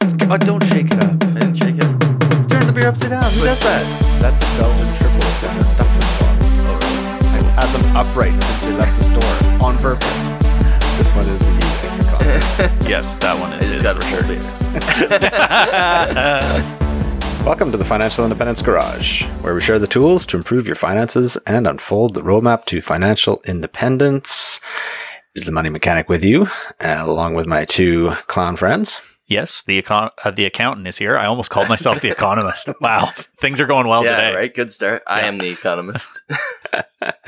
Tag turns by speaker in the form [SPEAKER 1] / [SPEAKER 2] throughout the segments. [SPEAKER 1] Oh, don't shake it up.
[SPEAKER 2] I didn't shake it.
[SPEAKER 1] Turn the beer upside down. Who does that?
[SPEAKER 2] That's a Belgian triple. That's a stuffing song. I will add them upright since they left the store on purpose. This one is the heat in your contest.
[SPEAKER 3] Yes, that one
[SPEAKER 2] I
[SPEAKER 3] is.
[SPEAKER 2] just got
[SPEAKER 3] for
[SPEAKER 2] to
[SPEAKER 3] sure.
[SPEAKER 2] hold it. Welcome to the Financial Independence Garage, where we share the tools to improve your finances and unfold the roadmap to financial independence. Is the money mechanic with you, uh, along with my two clown friends?
[SPEAKER 3] Yes, the econ- uh, the accountant is here. I almost called myself the economist. Wow, things are going well
[SPEAKER 2] Yeah,
[SPEAKER 3] today.
[SPEAKER 2] right.
[SPEAKER 1] Right, good start. I am the economist.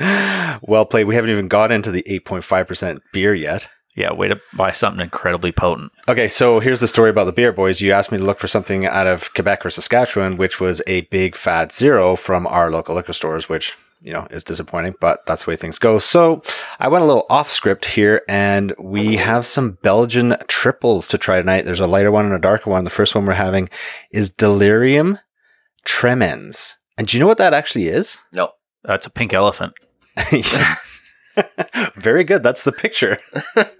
[SPEAKER 2] well played. We haven't even got into the 8.5% beer yet.
[SPEAKER 3] Yeah, way to buy something incredibly potent.
[SPEAKER 2] Okay, so here's the story about the beer, boys. You asked me to look for something out of Quebec or Saskatchewan, which was a big fat zero from our local liquor stores, which, you know, is disappointing, but that's the way things go. So I went a little off script here and we have some Belgian triples to try tonight. There's a lighter one and a darker one. The first one we're having is Delirium Tremens. And do you know what that actually is?
[SPEAKER 1] No.
[SPEAKER 3] That's a pink elephant.
[SPEAKER 2] Very good. That's the picture.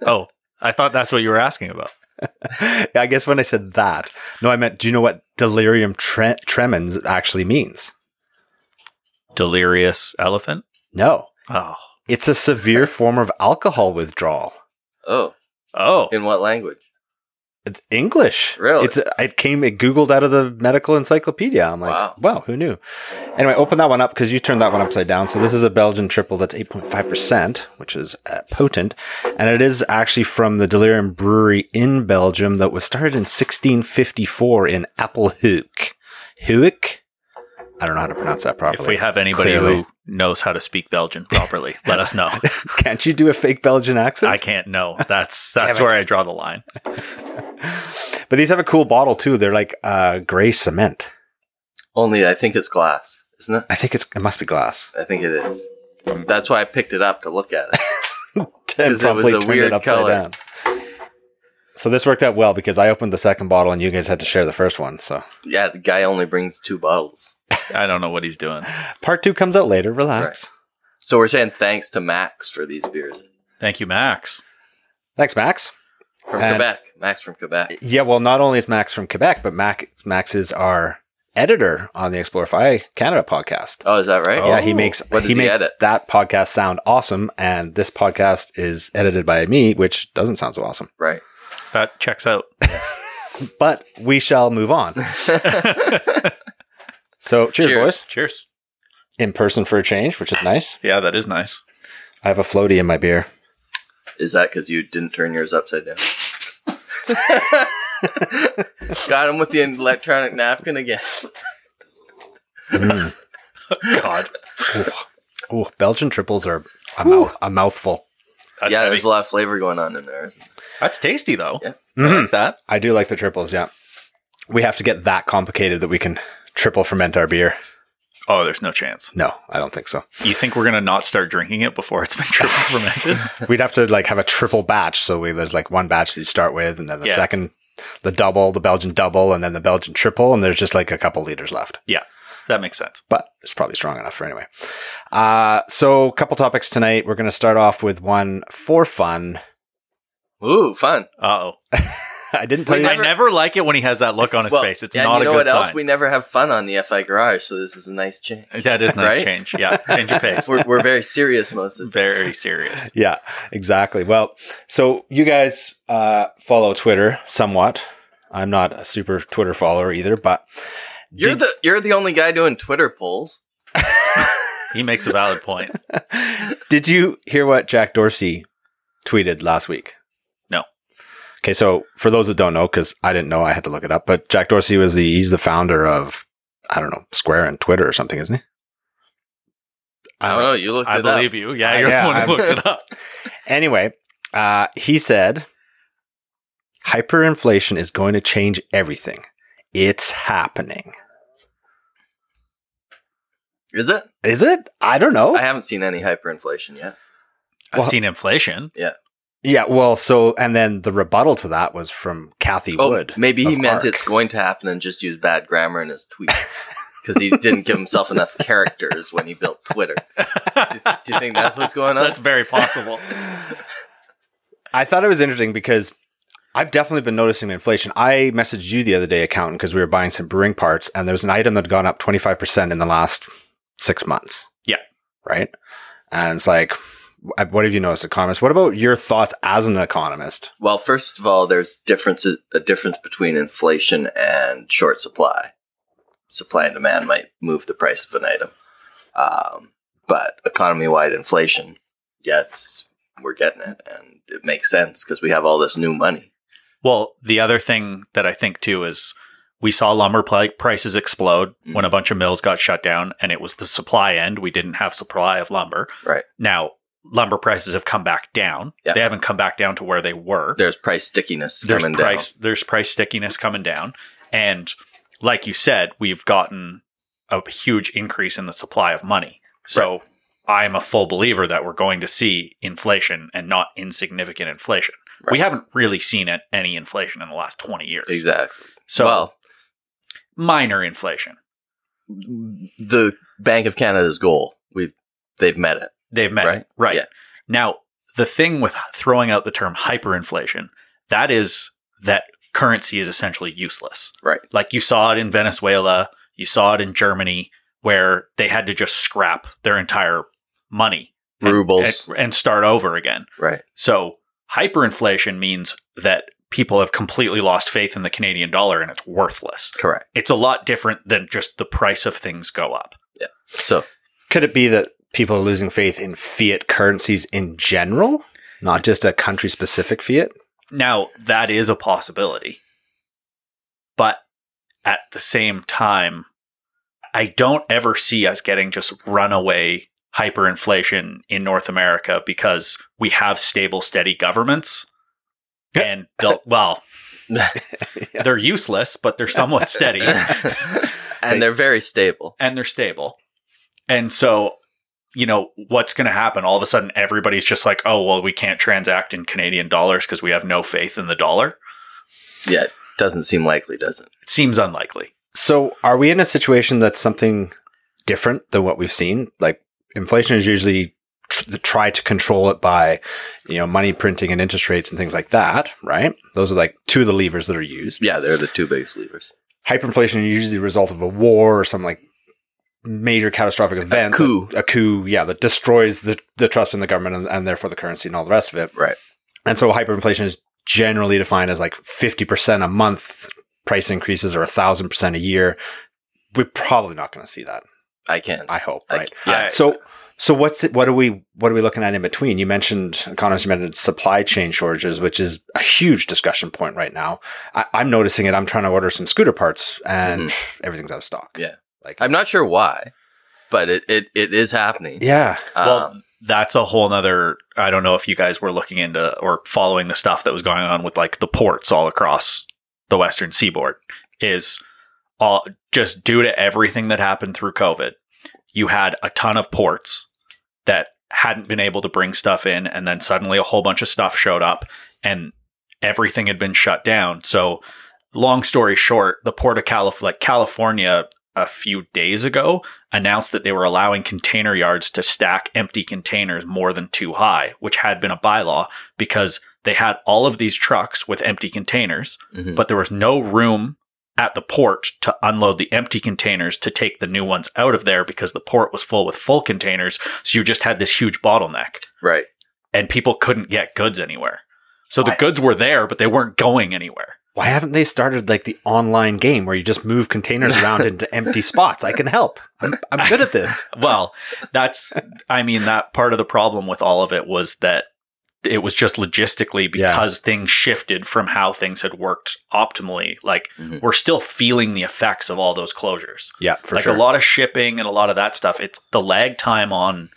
[SPEAKER 3] Oh, I thought that's what you were asking about.
[SPEAKER 2] I guess when I said that, no, I meant, do you know what delirium tre- tremens actually means?
[SPEAKER 3] Delirious elephant.
[SPEAKER 2] No,
[SPEAKER 3] Oh,
[SPEAKER 2] it's a severe form of alcohol withdrawal.
[SPEAKER 1] Oh,
[SPEAKER 3] oh,
[SPEAKER 1] in what language?
[SPEAKER 2] It's English.
[SPEAKER 1] Really?
[SPEAKER 2] It's uh, it came it googled out of the medical encyclopedia. I'm like, wow,
[SPEAKER 1] Wow.
[SPEAKER 2] who knew? Anyway, open that one up because you turned that one upside down. So this is a Belgian triple that's 8.5 percent, which is uh, potent, and it is actually from the Delirium Brewery in Belgium that was started in 1654 in Appelhoek. Huick. I don't know how to pronounce that properly.
[SPEAKER 3] if we have anybody
[SPEAKER 2] Clearly.
[SPEAKER 3] who knows how to speak Belgian properly, let us know.
[SPEAKER 2] Can't you do a fake Belgian accent?
[SPEAKER 3] I can't know. That's that's
[SPEAKER 2] Damn it.
[SPEAKER 3] where I draw the line.
[SPEAKER 2] But these have a cool bottle too. They're like uh, gray cement.
[SPEAKER 1] Only I think it's glass, isn't it?
[SPEAKER 2] I think it's it must be glass.
[SPEAKER 1] I think it is. That's why I picked it up to look at it.
[SPEAKER 2] Tim
[SPEAKER 1] 'Cause it was
[SPEAKER 2] promptly
[SPEAKER 1] a
[SPEAKER 2] turned
[SPEAKER 1] weird
[SPEAKER 2] it upside
[SPEAKER 1] color.
[SPEAKER 2] down. So this worked out well because I opened the second bottle and you guys had to share the first one. So
[SPEAKER 1] yeah, the guy only brings two bottles.
[SPEAKER 3] I don't know what he's doing.
[SPEAKER 2] part two comes out later. Relax.
[SPEAKER 1] So we're saying thanks to Max for these beers
[SPEAKER 3] Thank you, Max.
[SPEAKER 2] Thanks, Max.
[SPEAKER 1] from
[SPEAKER 2] And-
[SPEAKER 1] Quebec. Max from Quebec.
[SPEAKER 2] Yeah, well, not only is Max from Quebec, but Max Max is our editor on the Explorify Canada podcast.
[SPEAKER 1] Oh, is that right?
[SPEAKER 2] Yeah, he
[SPEAKER 3] Oh.
[SPEAKER 2] makes
[SPEAKER 1] What does
[SPEAKER 2] he
[SPEAKER 1] he
[SPEAKER 2] makes
[SPEAKER 1] edit?
[SPEAKER 2] that podcast sound awesome, and this podcast is edited by me, which doesn't sound so awesome.
[SPEAKER 1] Right.
[SPEAKER 3] That checks out.
[SPEAKER 2] But we shall move on. So cheers,
[SPEAKER 1] Cheers.
[SPEAKER 2] boys!
[SPEAKER 3] Cheers.
[SPEAKER 2] In person for a change, which is nice.
[SPEAKER 3] Yeah, that is nice.
[SPEAKER 2] I have a floaty in my beer.
[SPEAKER 1] Is that because you didn't turn yours upside down? Got him with the electronic napkin again.
[SPEAKER 2] Mm.
[SPEAKER 3] God,
[SPEAKER 2] Ooh, Belgian triples are a, mouth, a mouthful.
[SPEAKER 3] that's
[SPEAKER 1] yeah,
[SPEAKER 3] heavy.
[SPEAKER 1] there's a lot of flavor going on in there. Isn't there?
[SPEAKER 3] That's tasty though.
[SPEAKER 1] Yeah.
[SPEAKER 3] I
[SPEAKER 2] Mhm.
[SPEAKER 3] like that.
[SPEAKER 2] I do like the triples. Yeah, we have to get that complicated that we can triple ferment our beer.
[SPEAKER 3] Oh, there's no chance.
[SPEAKER 2] No, I don't think so.
[SPEAKER 3] You think we're gonna not start drinking it before it's been triple fermented?
[SPEAKER 2] We'd have to like have a triple batch. So we, there's like one batch that you start with, and then the
[SPEAKER 3] Yeah.
[SPEAKER 2] second, the double, the Belgian double, and then the Belgian triple, and there's just like a couple liters left.
[SPEAKER 3] that makes sense.
[SPEAKER 2] But it's probably strong enough for anyway. Uh, so a couple topics tonight. We're going to start off with one for fun.
[SPEAKER 1] Ooh, fun.
[SPEAKER 3] Uh oh.
[SPEAKER 2] I didn't tell
[SPEAKER 1] We
[SPEAKER 2] you.
[SPEAKER 3] I never like it when he has that look on his face. It's
[SPEAKER 1] yeah,
[SPEAKER 3] not
[SPEAKER 1] you know
[SPEAKER 3] a good
[SPEAKER 1] what else?
[SPEAKER 3] sign.
[SPEAKER 1] We never have fun on the FI Garage, so this is a nice change.
[SPEAKER 3] that is nice
[SPEAKER 1] Right?
[SPEAKER 3] change. Yeah, change your pace.
[SPEAKER 1] We're, we're very serious most of the
[SPEAKER 3] Very serious.
[SPEAKER 2] yeah, exactly. Well, so you guys uh, follow Twitter somewhat. I'm not a super Twitter follower either, but
[SPEAKER 1] You're the you're the only guy doing Twitter polls.
[SPEAKER 3] He makes a valid point.
[SPEAKER 2] did you hear what Jack Dorsey tweeted last week?
[SPEAKER 3] No.
[SPEAKER 2] Okay, so for those that don't know, because I didn't know, I had to look it up. But Jack Dorsey was the he's the founder of I don't know Square and Twitter or something, isn't he?
[SPEAKER 1] I don't know. Oh, You looked
[SPEAKER 3] I
[SPEAKER 1] it up.
[SPEAKER 3] believe you. Yeah,
[SPEAKER 2] Uh,
[SPEAKER 3] you're
[SPEAKER 2] yeah,
[SPEAKER 3] the one who
[SPEAKER 2] I'm-
[SPEAKER 3] looked it up.
[SPEAKER 2] Anyway, uh, he said, hyperinflation is going to change everything. It's happening.
[SPEAKER 1] Is it?
[SPEAKER 2] Is it? I don't know.
[SPEAKER 1] I haven't seen any hyperinflation yet.
[SPEAKER 3] I've
[SPEAKER 2] Well-
[SPEAKER 3] seen inflation.
[SPEAKER 2] yeah, well, so, and then the rebuttal to that was from Kathy
[SPEAKER 1] Oh,
[SPEAKER 2] Wood.
[SPEAKER 1] maybe he
[SPEAKER 2] of
[SPEAKER 1] meant
[SPEAKER 2] Arc.
[SPEAKER 1] it's going to happen and just used bad grammar in his tweet because he didn't give himself enough characters when he built Twitter. Do, do you think that's what's going on?
[SPEAKER 3] That's very possible.
[SPEAKER 2] I thought it was interesting because I've definitely been noticing the inflation. I messaged you the other day, accountant, because we were buying some brewing parts, and there was an item that had gone up 25% in the last six months.
[SPEAKER 3] Yeah.
[SPEAKER 2] Right. And it's like, wh- what have you noticed, economist? What about your thoughts as an economist?
[SPEAKER 1] Well, first of all, there's differences a difference between inflation and short supply. Supply and demand might move the price of an item, um, but economy-wide inflation, yeah, it's, we're getting it, and it makes sense because we have all this new money.
[SPEAKER 3] Well, the other thing that I think too is we saw lumber pli- prices explode
[SPEAKER 1] Mm.
[SPEAKER 3] when a bunch of mills got shut down, and it was the supply end. We didn't have supply of lumber.
[SPEAKER 1] Right.
[SPEAKER 3] Now, lumber prices have come back down.
[SPEAKER 1] Yeah.
[SPEAKER 3] They haven't come back down to where they were.
[SPEAKER 1] There's price stickiness
[SPEAKER 3] there's
[SPEAKER 1] coming
[SPEAKER 3] price there's price stickiness coming down, and like you said, we've gotten a huge increase in the supply of money. So. I'm a full believer that we're going to see inflation and not insignificant inflation.
[SPEAKER 1] Right.
[SPEAKER 3] We haven't really seen it, any inflation in the last 20 years.
[SPEAKER 1] down. Exactly.
[SPEAKER 3] So
[SPEAKER 1] well,
[SPEAKER 3] minor inflation.
[SPEAKER 1] the Bank of Canada's goal, we've they've met it.
[SPEAKER 3] They've met
[SPEAKER 1] Right?
[SPEAKER 3] it. Right.
[SPEAKER 1] Yeah.
[SPEAKER 3] Now, the thing with throwing out the term hyperinflation, that is that currency is essentially useless.
[SPEAKER 1] Right.
[SPEAKER 3] Like you saw it in Venezuela, you saw it in Germany, where they had to just scrap their entire money and-
[SPEAKER 1] Rubles.
[SPEAKER 3] and, and start over again.
[SPEAKER 1] Right.
[SPEAKER 3] So hyperinflation means that people have completely lost faith in the Canadian dollar and it's worthless.
[SPEAKER 1] Correct.
[SPEAKER 3] It's a lot different than just the price of things go up.
[SPEAKER 1] So
[SPEAKER 2] Could it be that people are losing faith in fiat currencies in general, not just a country specific fiat?
[SPEAKER 3] Now, that is a possibility. But at the same time, I don't ever see us getting just runaway hyperinflation in North America because we have stable, steady governments. And they'll, well, they're useless, but they're somewhat steady
[SPEAKER 1] and they're very stable.
[SPEAKER 3] and they're stable. And so, you know, what's going to happen? All of a sudden, everybody's just like, oh, well, we can't transact in Canadian dollars because we have no faith in the dollar.
[SPEAKER 1] Yeah, it doesn't seem likely, does it?
[SPEAKER 3] It seems unlikely.
[SPEAKER 2] So, are we in a situation that's something different than what we've seen? Like, inflation is usually tr- try to control it by, you know, money printing and interest rates and things like that, right? Those are like two of the levers that are used.
[SPEAKER 1] Yeah, they're the two biggest levers.
[SPEAKER 2] Hyperinflation is usually the result of a war or some like major catastrophic event,
[SPEAKER 1] coup.
[SPEAKER 2] a coup, yeah, that destroys the the trust in the government and, and therefore the currency and all the rest of it.
[SPEAKER 1] Right.
[SPEAKER 2] And so hyperinflation is generally defined as like 50% a month price increases or 1000% a year. We're probably not going to see that.
[SPEAKER 1] I can't.
[SPEAKER 2] I hope,
[SPEAKER 1] I
[SPEAKER 2] right?
[SPEAKER 1] can't- yeah.
[SPEAKER 3] I-
[SPEAKER 2] So so what's it, what are we what are we looking at in between? You mentioned economists mentioned supply chain shortages, which is a huge discussion point right now. I, I'm noticing it. I'm trying to order some scooter parts, and everything's out of stock.
[SPEAKER 1] Yeah.
[SPEAKER 2] like
[SPEAKER 1] Mm-hmm. I'm not sure why, but it, it, it is happening.
[SPEAKER 2] yeah,
[SPEAKER 1] Um,
[SPEAKER 3] well, that's a whole nother. I don't know if you guys were looking into or following the stuff that was going on with like the ports all across the Western seaboard. Is all just due to everything that happened through COVID. You had a ton of ports that hadn't been able to bring stuff in, and then suddenly a whole bunch of stuff showed up, and everything had been shut down. So, long story short, the port of Calif- like California a few days ago announced that they were allowing container yards to stack empty containers more than too high, which had been a bylaw because they had all of these trucks with empty containers,
[SPEAKER 2] mm-hmm.
[SPEAKER 1] mhm.
[SPEAKER 3] but there was no room at the port to unload the empty containers to take the new ones out of there because the port was full with full containers. So you just had this huge bottleneck
[SPEAKER 1] right.
[SPEAKER 3] and people couldn't get goods anywhere. So the
[SPEAKER 2] Why-
[SPEAKER 3] goods were there, but they weren't going anywhere.
[SPEAKER 2] why haven't they started like the online game where you just move containers around into empty spots? I can help. I'm, I'm good at this.
[SPEAKER 3] well, that's I mean that part of the problem with all of it was that it was just logistically
[SPEAKER 2] Yeah.
[SPEAKER 3] because things shifted from how things had worked optimally. Like
[SPEAKER 2] Mm-hmm.
[SPEAKER 1] Mhm.
[SPEAKER 3] we're still feeling the effects of all those closures.
[SPEAKER 2] Yeah, for
[SPEAKER 3] like
[SPEAKER 2] sure.
[SPEAKER 3] a lot of shipping and a lot of that stuff. It's the lag time on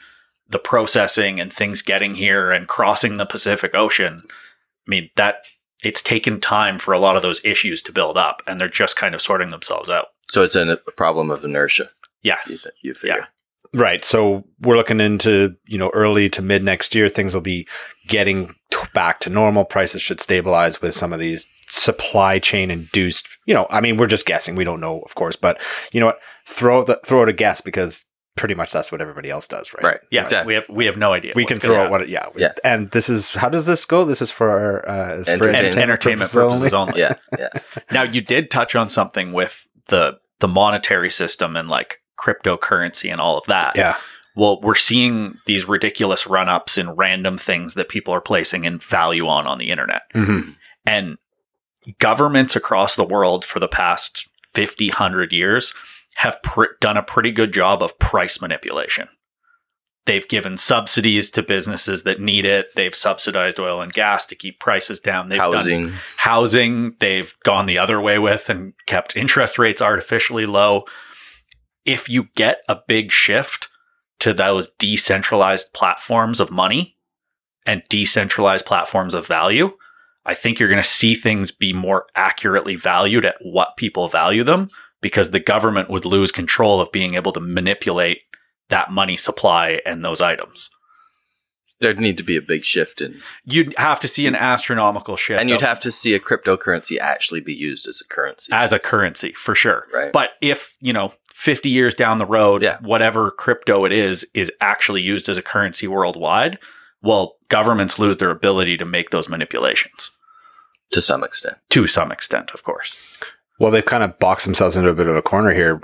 [SPEAKER 3] the processing and things getting here and crossing the Pacific Ocean. I mean that it's taken time for a lot of those issues to build up, and they're just kind of sorting themselves out.
[SPEAKER 1] So it's an, a problem of inertia. You,
[SPEAKER 3] Yes.
[SPEAKER 1] th- you figure.
[SPEAKER 3] Yeah.
[SPEAKER 2] Right. So we're looking into, you know, early to mid next year, things will be getting t- back to normal. Prices should stabilize with some of these supply chain induced, you know, I mean, we're just guessing. We don't know, of course, but you know what? Throw the, throw out a guess because pretty much that's what everybody else does, right?
[SPEAKER 1] Right.
[SPEAKER 3] Yeah,
[SPEAKER 1] Exactly.
[SPEAKER 3] we have we have no idea.
[SPEAKER 2] We
[SPEAKER 3] what's
[SPEAKER 2] can
[SPEAKER 3] gonna
[SPEAKER 2] throw out
[SPEAKER 3] happen.
[SPEAKER 2] what, it, yeah. we-
[SPEAKER 1] Yeah.
[SPEAKER 2] And this is how does this go? This is for our uh, is for
[SPEAKER 1] Entertainment.
[SPEAKER 3] Ent- entertainment purposes only.
[SPEAKER 1] Yeah. Yeah.
[SPEAKER 3] Now you did touch on something with the the monetary system and like cryptocurrency and all of that.
[SPEAKER 2] Yeah.
[SPEAKER 3] Well, we're seeing these ridiculous run ups in random things that people are placing in value on on the internet.
[SPEAKER 1] Mm-hmm.
[SPEAKER 2] Mhm.
[SPEAKER 3] And governments across the world for the past 50, 100 years have pr- done a pretty good job of price manipulation. They've given subsidies to businesses that need it. They've subsidized oil and gas to keep prices down. They've done
[SPEAKER 1] Housing.
[SPEAKER 3] housing they've gone the other way with and kept interest rates artificially low. If you get a big shift to those decentralized platforms of money and decentralized platforms of value, I think you're going to see things be more accurately valued at what people value them because the government would lose control of being able to manipulate that money supply and those items.
[SPEAKER 1] There'd need to be a big shift in,
[SPEAKER 3] You'd have to see an astronomical shift
[SPEAKER 1] and you'd
[SPEAKER 3] of-
[SPEAKER 1] have to see a cryptocurrency actually be used as a currency.
[SPEAKER 3] as a currency for sure.
[SPEAKER 1] Right.
[SPEAKER 3] But if, you know, 50 years down the road,
[SPEAKER 1] Yeah.
[SPEAKER 3] whatever crypto it is, is actually used as a currency worldwide, well, governments lose their ability to make those manipulations
[SPEAKER 1] to some extent.
[SPEAKER 3] to some extent, of course.
[SPEAKER 2] Well, they've kind of boxed themselves into a bit of a corner here,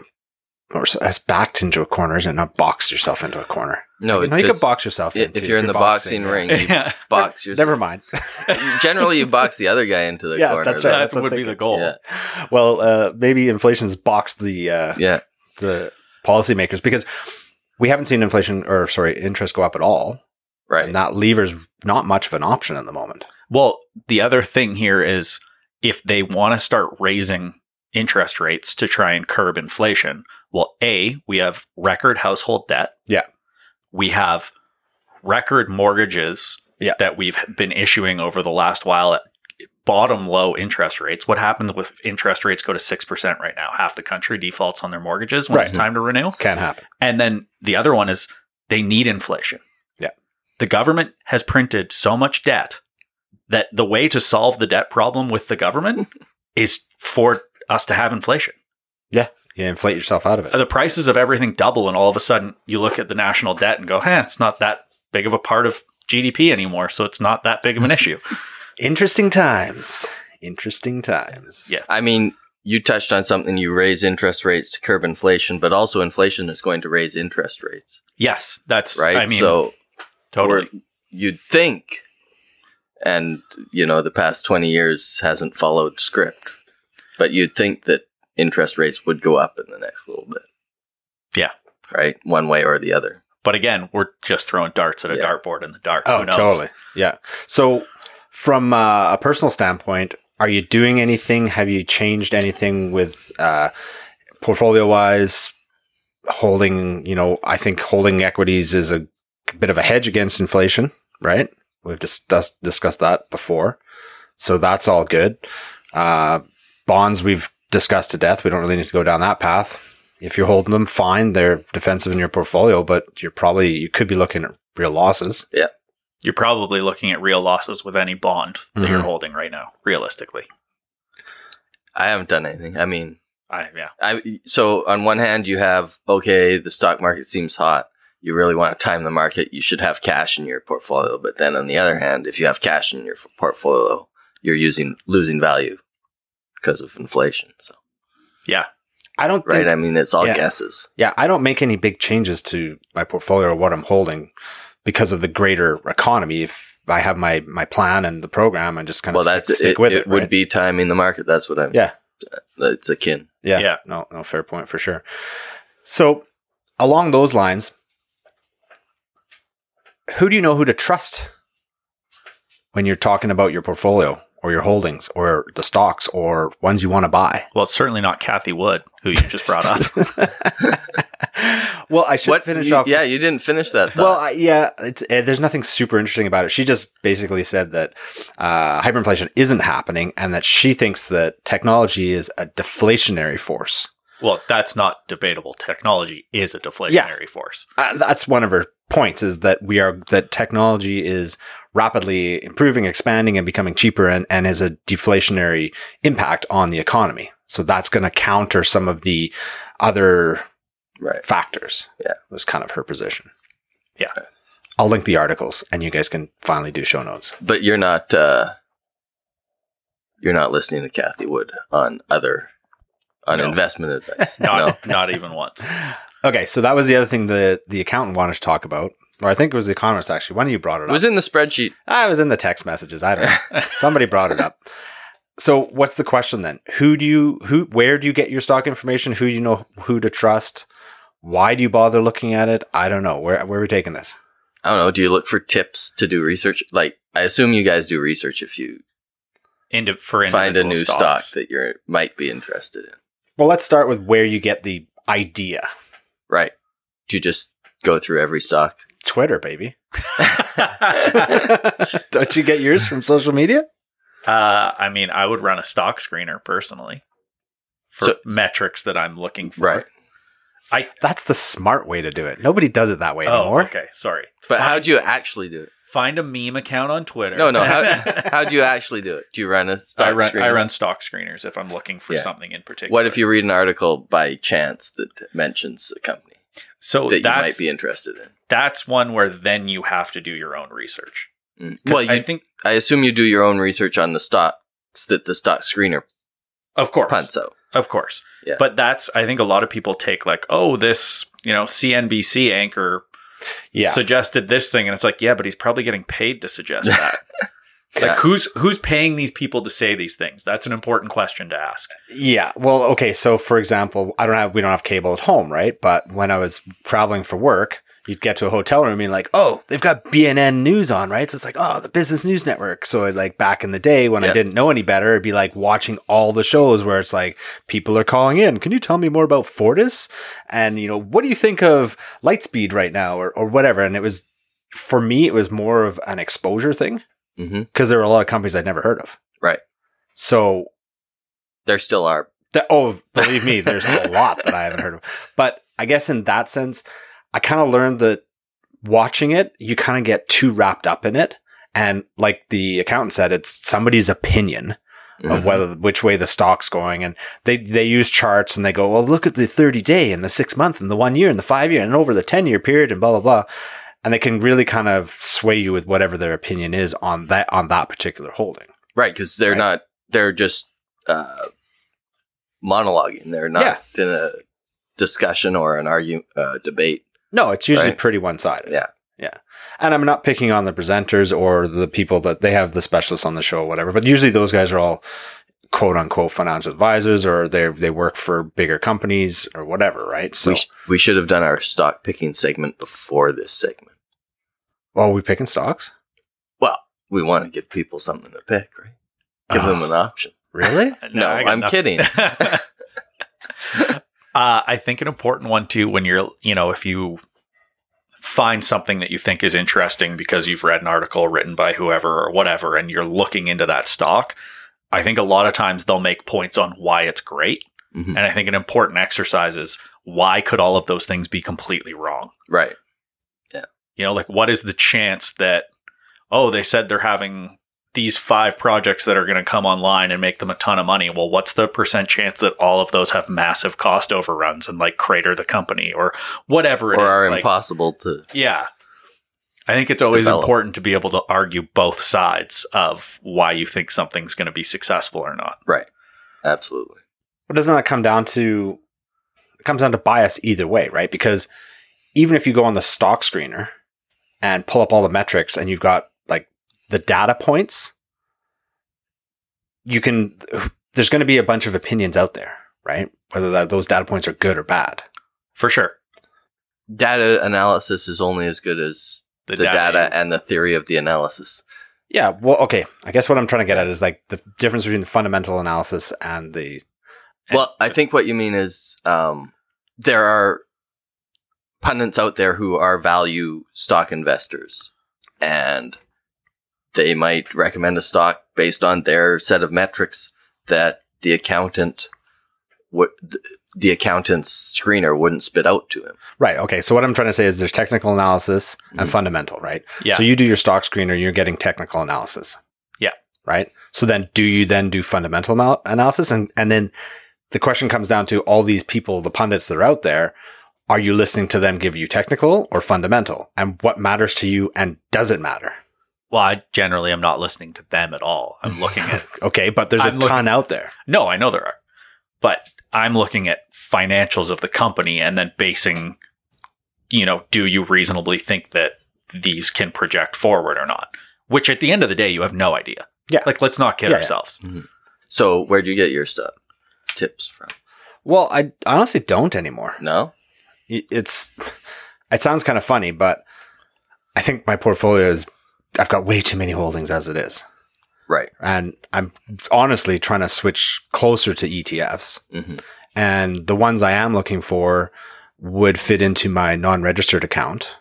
[SPEAKER 2] or so, it's backed into a corner, isn't it? Not boxed yourself into a corner.
[SPEAKER 1] No,
[SPEAKER 2] you
[SPEAKER 1] Oh, it
[SPEAKER 2] know, you
[SPEAKER 1] just-
[SPEAKER 2] can box yourself
[SPEAKER 1] if,
[SPEAKER 2] into
[SPEAKER 1] if you're in the boxing, ring, you
[SPEAKER 3] Yeah.
[SPEAKER 1] box yourself.
[SPEAKER 2] Never mind.
[SPEAKER 1] Generally, you box the other guy into the
[SPEAKER 2] Yeah,
[SPEAKER 1] corner.
[SPEAKER 2] that's
[SPEAKER 1] though.
[SPEAKER 2] right.
[SPEAKER 3] that
[SPEAKER 2] what
[SPEAKER 3] would
[SPEAKER 2] I'm
[SPEAKER 3] be the
[SPEAKER 2] thinking.
[SPEAKER 3] goal.
[SPEAKER 1] Yeah.
[SPEAKER 2] Well, uh, maybe inflation's boxed the uh,
[SPEAKER 1] Yeah,
[SPEAKER 2] the policymakers because we haven't seen inflation or sorry interest go up at all,
[SPEAKER 1] right.
[SPEAKER 2] and that lever's not much of an option at the moment.
[SPEAKER 3] Well, the other thing here is if they want to start raising interest rates to try and curb inflation, well, A, we have record household debt.
[SPEAKER 2] Yeah.
[SPEAKER 3] We have record mortgages
[SPEAKER 2] Yeah.
[SPEAKER 3] that we've been issuing over the last while at bottom low interest rates. What happens with interest rates go to 6% right now? Half the country defaults on their mortgages when it's
[SPEAKER 2] Right.
[SPEAKER 3] time to renew.
[SPEAKER 2] Can't happen.
[SPEAKER 3] And then the other one is they need inflation.
[SPEAKER 2] Yeah.
[SPEAKER 3] The government has printed so much debt that the way to solve the debt problem with the government is for us to have inflation. Uh,
[SPEAKER 2] You inflate yourself out of it.
[SPEAKER 3] The prices of everything double, and all of a sudden you look at the national debt and go, huh, it's not that big of a part of GDP anymore. So it's not that big of an issue.
[SPEAKER 2] Interesting times. Interesting times.
[SPEAKER 3] Yeah.
[SPEAKER 1] I mean, you touched on something. You raise interest rates to curb inflation, but also inflation is going to raise interest rates,
[SPEAKER 3] yes, that's
[SPEAKER 1] right?
[SPEAKER 3] I mean,
[SPEAKER 1] so
[SPEAKER 3] totally.
[SPEAKER 1] we're- you'd think, and you know, the past twenty years hasn't followed script, but you'd think that interest rates would go up in the next little bit.
[SPEAKER 3] Yeah.
[SPEAKER 1] Right, one way or the other.
[SPEAKER 3] But again, we're just throwing darts at a
[SPEAKER 1] Yeah.
[SPEAKER 3] dartboard in the dark.
[SPEAKER 2] Oh,
[SPEAKER 3] Who knows?
[SPEAKER 2] totally. Yeah. So, from uh, a personal standpoint, are you doing anything? Have you changed anything with uh, portfolio wise? Holding, you know, I think holding equities is a bit of a hedge against inflation, right? We've discussed discussed that before, so that's all good. Uh, bonds we've discussed to death. We don't really need to go down that path. If you're holding them, fine. They're defensive in your portfolio, but you're probably you could be looking at real losses.
[SPEAKER 3] You're probably looking at real losses with any bond that you're
[SPEAKER 2] Mhm.
[SPEAKER 1] Mm-hmm.
[SPEAKER 3] holding right now, realistically.
[SPEAKER 1] I haven't done anything. I mean,
[SPEAKER 3] I yeah.
[SPEAKER 1] I so on one hand you have okay, the stock market seems hot. You really want to time the market. You should have cash in your portfolio. But then on the other hand, if you have cash in your f- portfolio, you're using losing value because of inflation. So
[SPEAKER 2] I don't
[SPEAKER 1] right,
[SPEAKER 2] think.
[SPEAKER 1] I mean it's all
[SPEAKER 2] Yeah.
[SPEAKER 1] guesses.
[SPEAKER 2] yeah, I don't make any big changes to my portfolio or what I'm holding because of the greater economy. If I have my my plan and the program, and just kind of
[SPEAKER 1] well, that's
[SPEAKER 2] stick, stick
[SPEAKER 1] it.
[SPEAKER 2] with it.
[SPEAKER 1] it would
[SPEAKER 2] right?
[SPEAKER 1] be timing the market. That's what I'm. uh,
[SPEAKER 2] Yeah.
[SPEAKER 1] it's akin.
[SPEAKER 2] Yeah,
[SPEAKER 3] Yeah.
[SPEAKER 2] No, no, fair point for sure. So along those lines, who do you know who to trust when you're talking about your portfolio or your holdings or the stocks or ones you want to buy?
[SPEAKER 3] Well, it's certainly not Kathy Wood, who you just brought up.
[SPEAKER 2] well, I should
[SPEAKER 1] What
[SPEAKER 2] finish
[SPEAKER 1] you-
[SPEAKER 2] off.
[SPEAKER 1] Yeah, you didn't finish that. Thought.
[SPEAKER 2] Well, I, yeah, it's, uh, there's nothing super interesting about it. She just basically said that uh, hyperinflation isn't happening and that she thinks that technology is a deflationary force.
[SPEAKER 3] well, that's not debatable. Technology is a deflationary
[SPEAKER 2] Yeah.
[SPEAKER 3] force.
[SPEAKER 2] Uh, that's one of her points is that we are that technology is rapidly improving, expanding, and becoming cheaper, and and has a deflationary impact on the economy. So that's going to counter some of the other
[SPEAKER 1] Right.
[SPEAKER 2] factors.
[SPEAKER 1] Yeah.
[SPEAKER 2] was kind of her position.
[SPEAKER 3] Yeah.
[SPEAKER 2] I'll link the articles and you guys can finally do show notes.
[SPEAKER 1] But you're not uh, you're not listening to Kathy Wood on other on
[SPEAKER 3] No.
[SPEAKER 1] investment advice.
[SPEAKER 3] Not not even once.
[SPEAKER 2] Okay, so that was the other thing the the accountant wanted to talk about, or I think it was the economist actually. One of you brought it
[SPEAKER 1] It was
[SPEAKER 2] up.
[SPEAKER 1] in the spreadsheet.
[SPEAKER 2] I was in the text messages. I don't know. Somebody brought it up. So what's the question then? Who do you who where do you get your stock information? Who do you know who to trust? Why do you bother looking at it? I don't know. Where where are we taking this?
[SPEAKER 1] I don't know. Do you look for tips to do research? Like, I assume you guys do research if you
[SPEAKER 3] Indi- for
[SPEAKER 1] find a
[SPEAKER 3] individual
[SPEAKER 1] new stock
[SPEAKER 3] stocks.
[SPEAKER 1] that you are might be interested in.
[SPEAKER 2] Well, let's start with where you get the idea.
[SPEAKER 1] Right? Do you just go through every stock?
[SPEAKER 2] Twitter, baby. don't you get yours from social media?
[SPEAKER 3] Uh, I mean, I would run a stock screener personally for
[SPEAKER 1] So-
[SPEAKER 3] metrics that I'm looking for.
[SPEAKER 1] Right.
[SPEAKER 2] That's the smart way to do it. Nobody does it that way
[SPEAKER 3] Oh,
[SPEAKER 2] anymore.
[SPEAKER 3] okay. Sorry.
[SPEAKER 1] But how do you actually do it?
[SPEAKER 3] Find a meme account on Twitter.
[SPEAKER 1] No, no. How, how do you actually do it? Do you run a stock
[SPEAKER 3] I run I
[SPEAKER 1] screen?
[SPEAKER 3] run stock screeners if I'm looking for
[SPEAKER 1] Yeah.
[SPEAKER 3] something in particular.
[SPEAKER 1] What if you read an article by chance that mentions a company
[SPEAKER 3] so
[SPEAKER 1] that you might
[SPEAKER 3] Oh, that's
[SPEAKER 1] be interested in?
[SPEAKER 3] that's one where then you have to do your own research.
[SPEAKER 1] Mm.
[SPEAKER 3] 'Cause
[SPEAKER 1] Well, you,
[SPEAKER 3] I
[SPEAKER 1] I,
[SPEAKER 3] think
[SPEAKER 1] assume you do your own research on the stocks that the stock screener
[SPEAKER 3] of course
[SPEAKER 1] punts out.
[SPEAKER 3] Of course.
[SPEAKER 1] Yeah.
[SPEAKER 3] But that's I think a lot of people take like, oh, this, you know, CNBC anchor
[SPEAKER 2] Yeah.
[SPEAKER 3] suggested this thing and it's like, yeah, but he's probably getting paid to suggest that. like
[SPEAKER 1] Yeah.
[SPEAKER 3] who's who's paying these people to say these things? That's an important question to ask.
[SPEAKER 2] Yeah. Well, okay. So, for example, I don't have we don't have cable at home, right? But when I was traveling for work, you'd get to a hotel room and like, oh, they've got BNN News on, right? So it's like, oh, the Business News Network. So like back in the day when I
[SPEAKER 1] Yeah.
[SPEAKER 2] didn't know any better, it'd be like watching all the shows where it's like people are calling in. Can you tell me more about Fortis? And you know, what do you think of Lightspeed right now, or or whatever? And it was for me, it was more of an exposure thing
[SPEAKER 1] hmm
[SPEAKER 2] because there were a lot of companies I'd never heard of.
[SPEAKER 1] Right.
[SPEAKER 2] So
[SPEAKER 1] There still are.
[SPEAKER 2] that, oh, believe me, there's a lot that I haven't heard of. But I guess in that sense, I kind of learned that watching it, you kind of get too wrapped up in it. And like the accountant said, it's somebody's opinion
[SPEAKER 1] Mhm.
[SPEAKER 2] of whether which way the stock's going. And they they use charts and they go, well, look at the 30 day and the six month and the one year and the five year and over the 10 year period and blah blah blah. And they can really kind of sway you with whatever their opinion is on that on that particular holding.
[SPEAKER 1] Right, because they're not.
[SPEAKER 2] Right.
[SPEAKER 1] They're just uh, monologuing. They're not in a discussion or an argument, uh, debate.
[SPEAKER 2] No, it's usually
[SPEAKER 1] Right.
[SPEAKER 2] pretty one sided.
[SPEAKER 1] Yeah.
[SPEAKER 2] Yeah. And I'm not picking on the presenters or the people that they have the specialists on the show, or whatever, but usually those guys are all quote unquote financial advisors or they they work for bigger companies or whatever, right? So
[SPEAKER 1] We, sh- we should have done our stock picking segment before this segment.
[SPEAKER 2] well, oh, we picking stocks?
[SPEAKER 1] Well, we want to give people something to pick, right? Give them an option.
[SPEAKER 2] Really?
[SPEAKER 1] No,
[SPEAKER 3] I got
[SPEAKER 1] I'm
[SPEAKER 3] nothing.
[SPEAKER 1] kidding.
[SPEAKER 3] uh, I think an important one too when you're, you know, if you find something that you think is interesting because you've read an article written by whoever or whatever and you're looking into that stock, I think a lot of times they'll make points on why it's great.
[SPEAKER 1] Mhm.
[SPEAKER 3] And I think an important exercise is why could all of those things be completely wrong?
[SPEAKER 1] Right.
[SPEAKER 3] You know, like what is the chance that oh, they said they're having these five projects that are going to come online and make them a ton of money. Well, what's the percent chance that all of those have massive cost overruns and like crater the company or whatever it is?
[SPEAKER 1] Or are
[SPEAKER 3] Like,
[SPEAKER 1] impossible to.
[SPEAKER 3] yeah. I think it's always
[SPEAKER 1] Develop.
[SPEAKER 3] important to be able to argue both sides of why you think something's going to be successful or not.
[SPEAKER 1] Absolutely.
[SPEAKER 2] But doesn't that come down to it comes down to bias either way, right? Because even if you go on the stock screener and pull up all the metrics and you've got like the data points, you can there's going to be a bunch of opinions out there, right? Whether that, those data points are good or bad.
[SPEAKER 3] For sure.
[SPEAKER 1] Data analysis is only as good as the, data, and the theory of the analysis.
[SPEAKER 2] Yeah, well okay, I guess what I'm trying to get at is like the difference between the fundamental analysis and the
[SPEAKER 3] And-
[SPEAKER 1] well, I think what you mean is um, there are pundits out there who are value stock investors, and they might recommend a stock based on their set of metrics that the accountant would. th- The accountant's screener wouldn't spit out to him.
[SPEAKER 2] Right. Okay. So what I'm trying to say is there's technical analysis and
[SPEAKER 1] Mhm.
[SPEAKER 2] fundamental, right?
[SPEAKER 3] Yeah.
[SPEAKER 2] So you do your stock screener, you're getting technical analysis.
[SPEAKER 3] Yeah.
[SPEAKER 2] Right. So then do you then do fundamental anal- analysis? And, and then the question comes down to all these people, the pundits that are out there, Are you listening to them give you technical or fundamental? And what matters to you and does it matter?
[SPEAKER 3] Well, I generally am not listening to them at all. I'm looking at
[SPEAKER 2] Okay, but there's a
[SPEAKER 3] I'm looking-
[SPEAKER 2] ton out there.
[SPEAKER 3] no, I know there are, but I'm looking at financials of the company and then basing, you know, do you reasonably think that these can project forward or not? Which at the end of the day, you have no idea.
[SPEAKER 2] Yeah.
[SPEAKER 3] like let's not kid
[SPEAKER 2] Yeah, yeah.
[SPEAKER 3] ourselves.
[SPEAKER 1] So where do you get your stuff? Tips from?
[SPEAKER 2] Well, I honestly don't anymore.
[SPEAKER 1] No.
[SPEAKER 2] It- It's it sounds kind of funny, but I think my portfolio is I've got way too many holdings as it is.
[SPEAKER 1] Right.
[SPEAKER 2] And I'm honestly trying to switch closer to E ETFs.
[SPEAKER 1] hmm
[SPEAKER 2] and the ones I am looking for would fit into my non-registered account.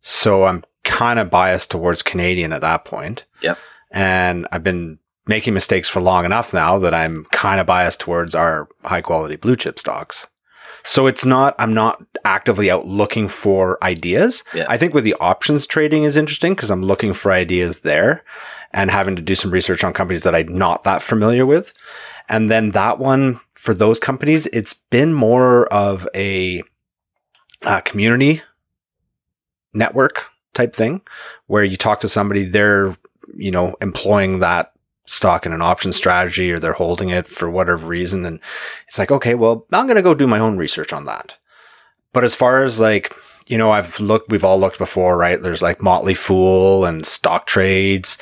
[SPEAKER 2] So I'm kind of biased towards Canadian at that point.
[SPEAKER 1] Yep.
[SPEAKER 2] And I've been making mistakes for long enough now that I'm kind of biased towards our high quality blue chip stocks. So it's not I'm not actively out looking for ideas.
[SPEAKER 1] Yeah.
[SPEAKER 2] I think with the options trading is interesting because I'm looking for ideas there and having to do some research on companies that I'm not that familiar with. And then that one for those companies, it's been more of a uh, community network type thing where you talk to somebody, they're, you know, employing that stock in an option strategy or they're holding it for whatever reason. And it's like, okay, well, I'm going to go do my own research on that. But as far as like, you know, I've looked, we've all looked before, right? There's like Motley Fool and stock trades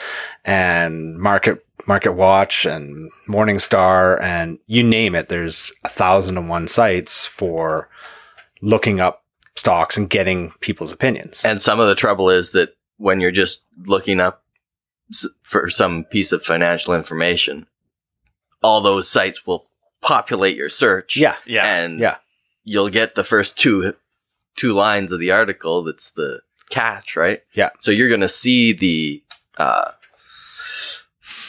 [SPEAKER 2] and market market watch and morningstar and you name it there's a thousand and one sites for looking up stocks and getting people's opinions
[SPEAKER 1] And some of the trouble is that when you're just looking up s- for some piece of financial information, all those sites will populate your search.
[SPEAKER 2] yeah
[SPEAKER 3] Yeah,
[SPEAKER 1] And
[SPEAKER 2] yeah.
[SPEAKER 1] you'll get the first two two lines of the article that's the catch, right?
[SPEAKER 2] Yeah.
[SPEAKER 1] So you're going to see the uh,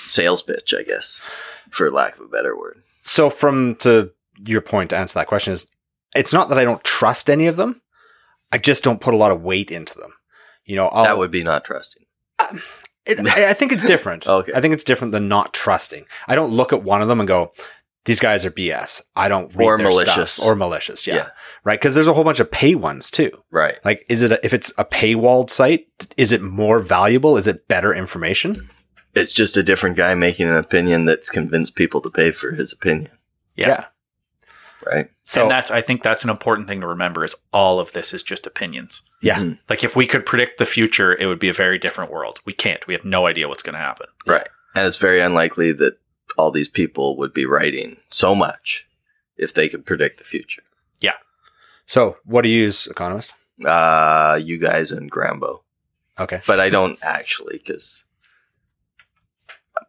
[SPEAKER 1] sales pitch, I guess, for lack of a better word.
[SPEAKER 2] so from to your point to answer that question is it's not that i don't trust any of them i just don't put a lot of weight into them you know I'll,
[SPEAKER 1] That would be not trusting.
[SPEAKER 2] It, I I think it's different.
[SPEAKER 1] Oh, Okay.
[SPEAKER 2] I think it's different than not trusting. I don't look at one of them and go, "These guys are BS." I don't read
[SPEAKER 1] Or
[SPEAKER 2] their
[SPEAKER 1] malicious.
[SPEAKER 2] stuff. or malicious. Yeah,
[SPEAKER 1] Yeah.
[SPEAKER 2] right. Because there's a whole bunch of pay ones too.
[SPEAKER 1] Right.
[SPEAKER 2] Like, is it a, if it's a paywalled site, is it more valuable? Is it better information?
[SPEAKER 1] It's just a different guy making an opinion that's convinced people to pay for his opinion,
[SPEAKER 3] yeah.
[SPEAKER 2] yeah.
[SPEAKER 1] right?
[SPEAKER 2] So
[SPEAKER 3] and that's I think that's an important thing to remember is all of this is just opinions.
[SPEAKER 2] Yeah.
[SPEAKER 1] Mhm.
[SPEAKER 3] Like if we could predict the future, it would be a very different world. We can't. We have no idea what's going to happen.
[SPEAKER 1] And it's very unlikely that all these people would be writing so much if they could predict the future.
[SPEAKER 2] so what do you use, economist?
[SPEAKER 1] Uh, you guys and Grambo.
[SPEAKER 2] Okay.
[SPEAKER 1] But I don't actually because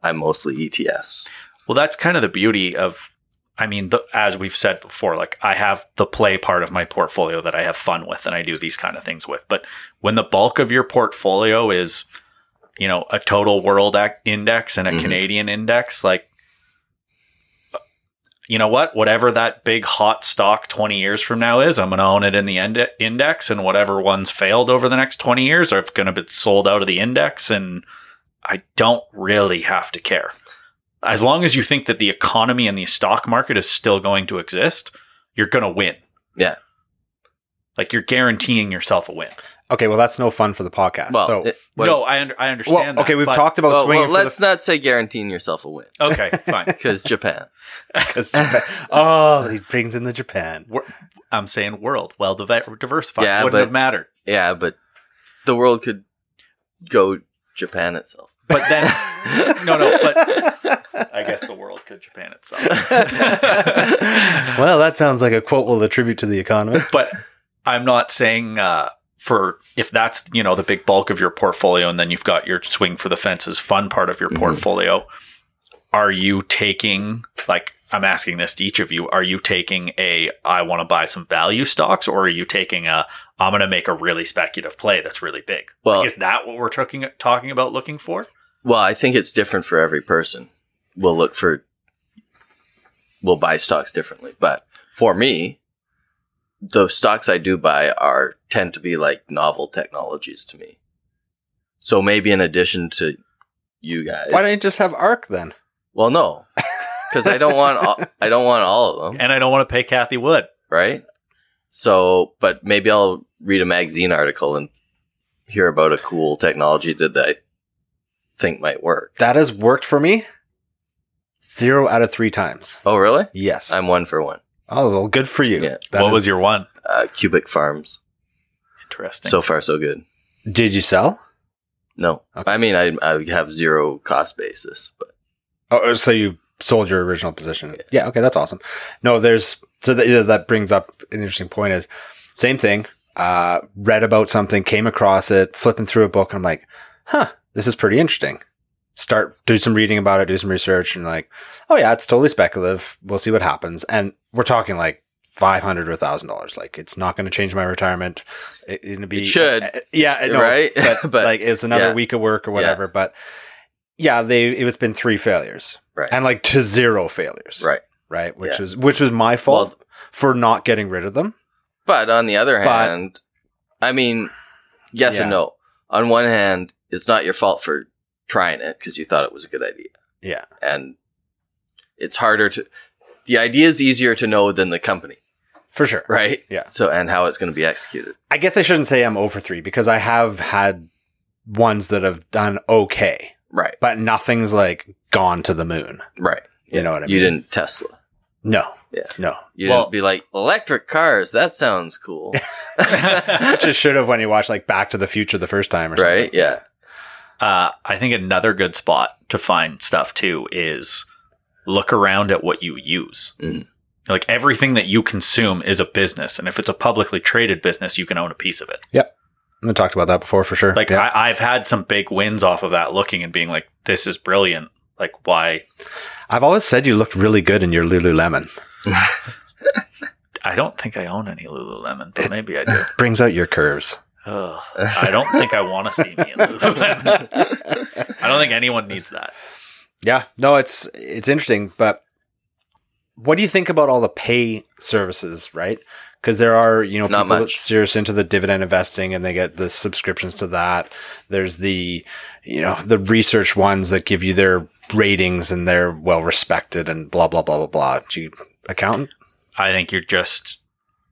[SPEAKER 1] I'm mostly E ETFs.
[SPEAKER 3] Well, that's kind of the beauty of I mean, the, as we've said before, like I have the play part of my portfolio that I have fun with and I do these kind of things with. But when the bulk of your portfolio is, you know, a total world ac- index and a
[SPEAKER 1] Mhm.
[SPEAKER 3] Canadian index, like, you know what? Whatever that big hot stock 20 years from now is, I'm going to own it in the end- index. And whatever ones failed over the next 20 years are going to be sold out of the index. And I don't really have to care as long as you think that the economy and the stock market is still going to exist, you're going to win.
[SPEAKER 1] Yeah.
[SPEAKER 3] Like you're guaranteeing yourself a win.
[SPEAKER 2] Okay. Well, that's no fun for the podcast.
[SPEAKER 1] Well,
[SPEAKER 2] so
[SPEAKER 1] it- what-
[SPEAKER 3] no, I under, I understand.
[SPEAKER 2] well,
[SPEAKER 3] that,
[SPEAKER 2] okay, we've
[SPEAKER 3] but-
[SPEAKER 2] talked about
[SPEAKER 1] well, well,
[SPEAKER 2] swinging
[SPEAKER 1] let's not say guaranteeing yourself a win
[SPEAKER 3] Okay, fine.
[SPEAKER 1] because Japan.
[SPEAKER 2] for the Japan. Oh, he brings in the Japan.
[SPEAKER 3] Wor- I'm saying world, well diver- diversified
[SPEAKER 1] Yeah,
[SPEAKER 3] wouldn't
[SPEAKER 1] but-
[SPEAKER 3] have mattered.
[SPEAKER 1] Yeah, but the world could go Japan itself.
[SPEAKER 3] But then, no, no. But I guess the world could Japan itself.
[SPEAKER 2] Well, that sounds like a quote we'll attribute to the economist.
[SPEAKER 3] but I'm not saying uh, for if that's you know the big bulk of your portfolio, and then you've got your swing for the fences fun part of your
[SPEAKER 2] Mm-hmm.
[SPEAKER 1] Mhm.
[SPEAKER 3] portfolio. Are you taking like I'm asking this to each of you? Are you taking a I want to buy some value stocks, or are you taking a I'm going to make a really speculative play that's really big?
[SPEAKER 2] Uh,
[SPEAKER 1] Well,
[SPEAKER 3] Is that what we're talking talking about looking for?
[SPEAKER 1] Well, I think it's different for every person. We'll look for, we'll buy stocks differently. But for me, the stocks I do buy are tend to be like novel technologies to me. So maybe in addition to you guys,
[SPEAKER 2] Why don't you just have ARC then?
[SPEAKER 1] well, no,
[SPEAKER 2] um,
[SPEAKER 1] because I don't want all, I don't want all of them,
[SPEAKER 3] And I don't want to pay Kathy Wood.
[SPEAKER 1] right? So, but maybe I'll read a magazine article and hear about a cool technology that I think might work.
[SPEAKER 2] That has worked for me zero out of three times.
[SPEAKER 1] Oh, really?
[SPEAKER 2] Yes.
[SPEAKER 1] I'm one for one.
[SPEAKER 2] oh, well, good for you.
[SPEAKER 1] Yeah.
[SPEAKER 2] That
[SPEAKER 3] what
[SPEAKER 2] is-
[SPEAKER 3] was your one?
[SPEAKER 1] Uh, Cubic Farms.
[SPEAKER 3] Interesting.
[SPEAKER 1] So far, so good.
[SPEAKER 2] Did you sell?
[SPEAKER 1] No,
[SPEAKER 2] Okay.
[SPEAKER 1] I mean I I have zero cost basis, but
[SPEAKER 2] Oh, so you sold your original position. Yeah. okay, that's awesome. No, there's so that yeah, that brings up an interesting point is same thing. Uh, read about something, came across it, flipping through a book, and I'm like, huh, this is pretty interesting. Start do some reading about it, do some research, and like, oh yeah, it's totally speculative. We'll see what happens. And we're talking like five hundred or thousand dollars. Like, it's not going to change my retirement. It, it'll be
[SPEAKER 1] It should.
[SPEAKER 2] Uh, yeah, I know,
[SPEAKER 1] Right?
[SPEAKER 2] But,
[SPEAKER 1] But,
[SPEAKER 2] like, it's another
[SPEAKER 1] yeah.
[SPEAKER 2] week of work or whatever. But yeah, they it was been three failures
[SPEAKER 1] right,
[SPEAKER 2] and like to zero failures.
[SPEAKER 1] right.
[SPEAKER 2] Right. Which
[SPEAKER 1] Yeah.
[SPEAKER 2] was which was my fault for not getting rid of them.
[SPEAKER 1] But on the other
[SPEAKER 2] But-
[SPEAKER 1] hand, I mean, yes
[SPEAKER 2] Yeah.
[SPEAKER 1] and no. On one hand, it's not your fault for trying it because you thought it was a good idea.
[SPEAKER 2] Yeah.
[SPEAKER 1] and it's harder to. The idea is easier to know than the company,
[SPEAKER 2] For sure.
[SPEAKER 1] right?
[SPEAKER 2] Yeah.
[SPEAKER 1] So and how it's going to be executed.
[SPEAKER 2] I guess I shouldn't say I'm over three because I have had ones that have done okay,
[SPEAKER 1] Right.
[SPEAKER 2] but nothing's like gone to the moon.
[SPEAKER 1] Right.
[SPEAKER 2] You know what I
[SPEAKER 1] You
[SPEAKER 2] mean.
[SPEAKER 1] didn't Tesla.
[SPEAKER 2] No.
[SPEAKER 1] Yeah.
[SPEAKER 2] No.
[SPEAKER 1] You
[SPEAKER 3] Well-
[SPEAKER 1] didn't be like electric cars. That sounds cool. right.
[SPEAKER 2] Just should have when you watch like Back to the Future the first time or something.
[SPEAKER 1] Yeah.
[SPEAKER 3] uh, I think another good spot to find stuff too is look around at what you use.
[SPEAKER 1] Mhm.
[SPEAKER 3] Like everything that you consume is a business, and if it's a publicly traded business, you can own a piece of it.
[SPEAKER 2] We talked about that before for sure.
[SPEAKER 3] Like
[SPEAKER 2] Yeah.
[SPEAKER 3] I, I've had some big wins off of that, looking and being like, "This is brilliant." Like why?
[SPEAKER 2] I've always said you looked really good in your Lululemon.
[SPEAKER 3] I don't think I own any Lululemon, but maybe I do.
[SPEAKER 2] Brings out your curves.
[SPEAKER 3] Ugh, I don't think I want to see me in Lululemon. I don't think anyone needs that.
[SPEAKER 2] Yeah, no, it's it's interesting, but what do you think about all the pay services, right? Because there are you know
[SPEAKER 1] Not
[SPEAKER 2] people that
[SPEAKER 1] much.
[SPEAKER 2] serious into the dividend investing and they get the subscriptions to that. There's the you know the research ones that give you their ratings and they're well respected and blah blah blah blah blah. Do you accountant?
[SPEAKER 3] I think you're just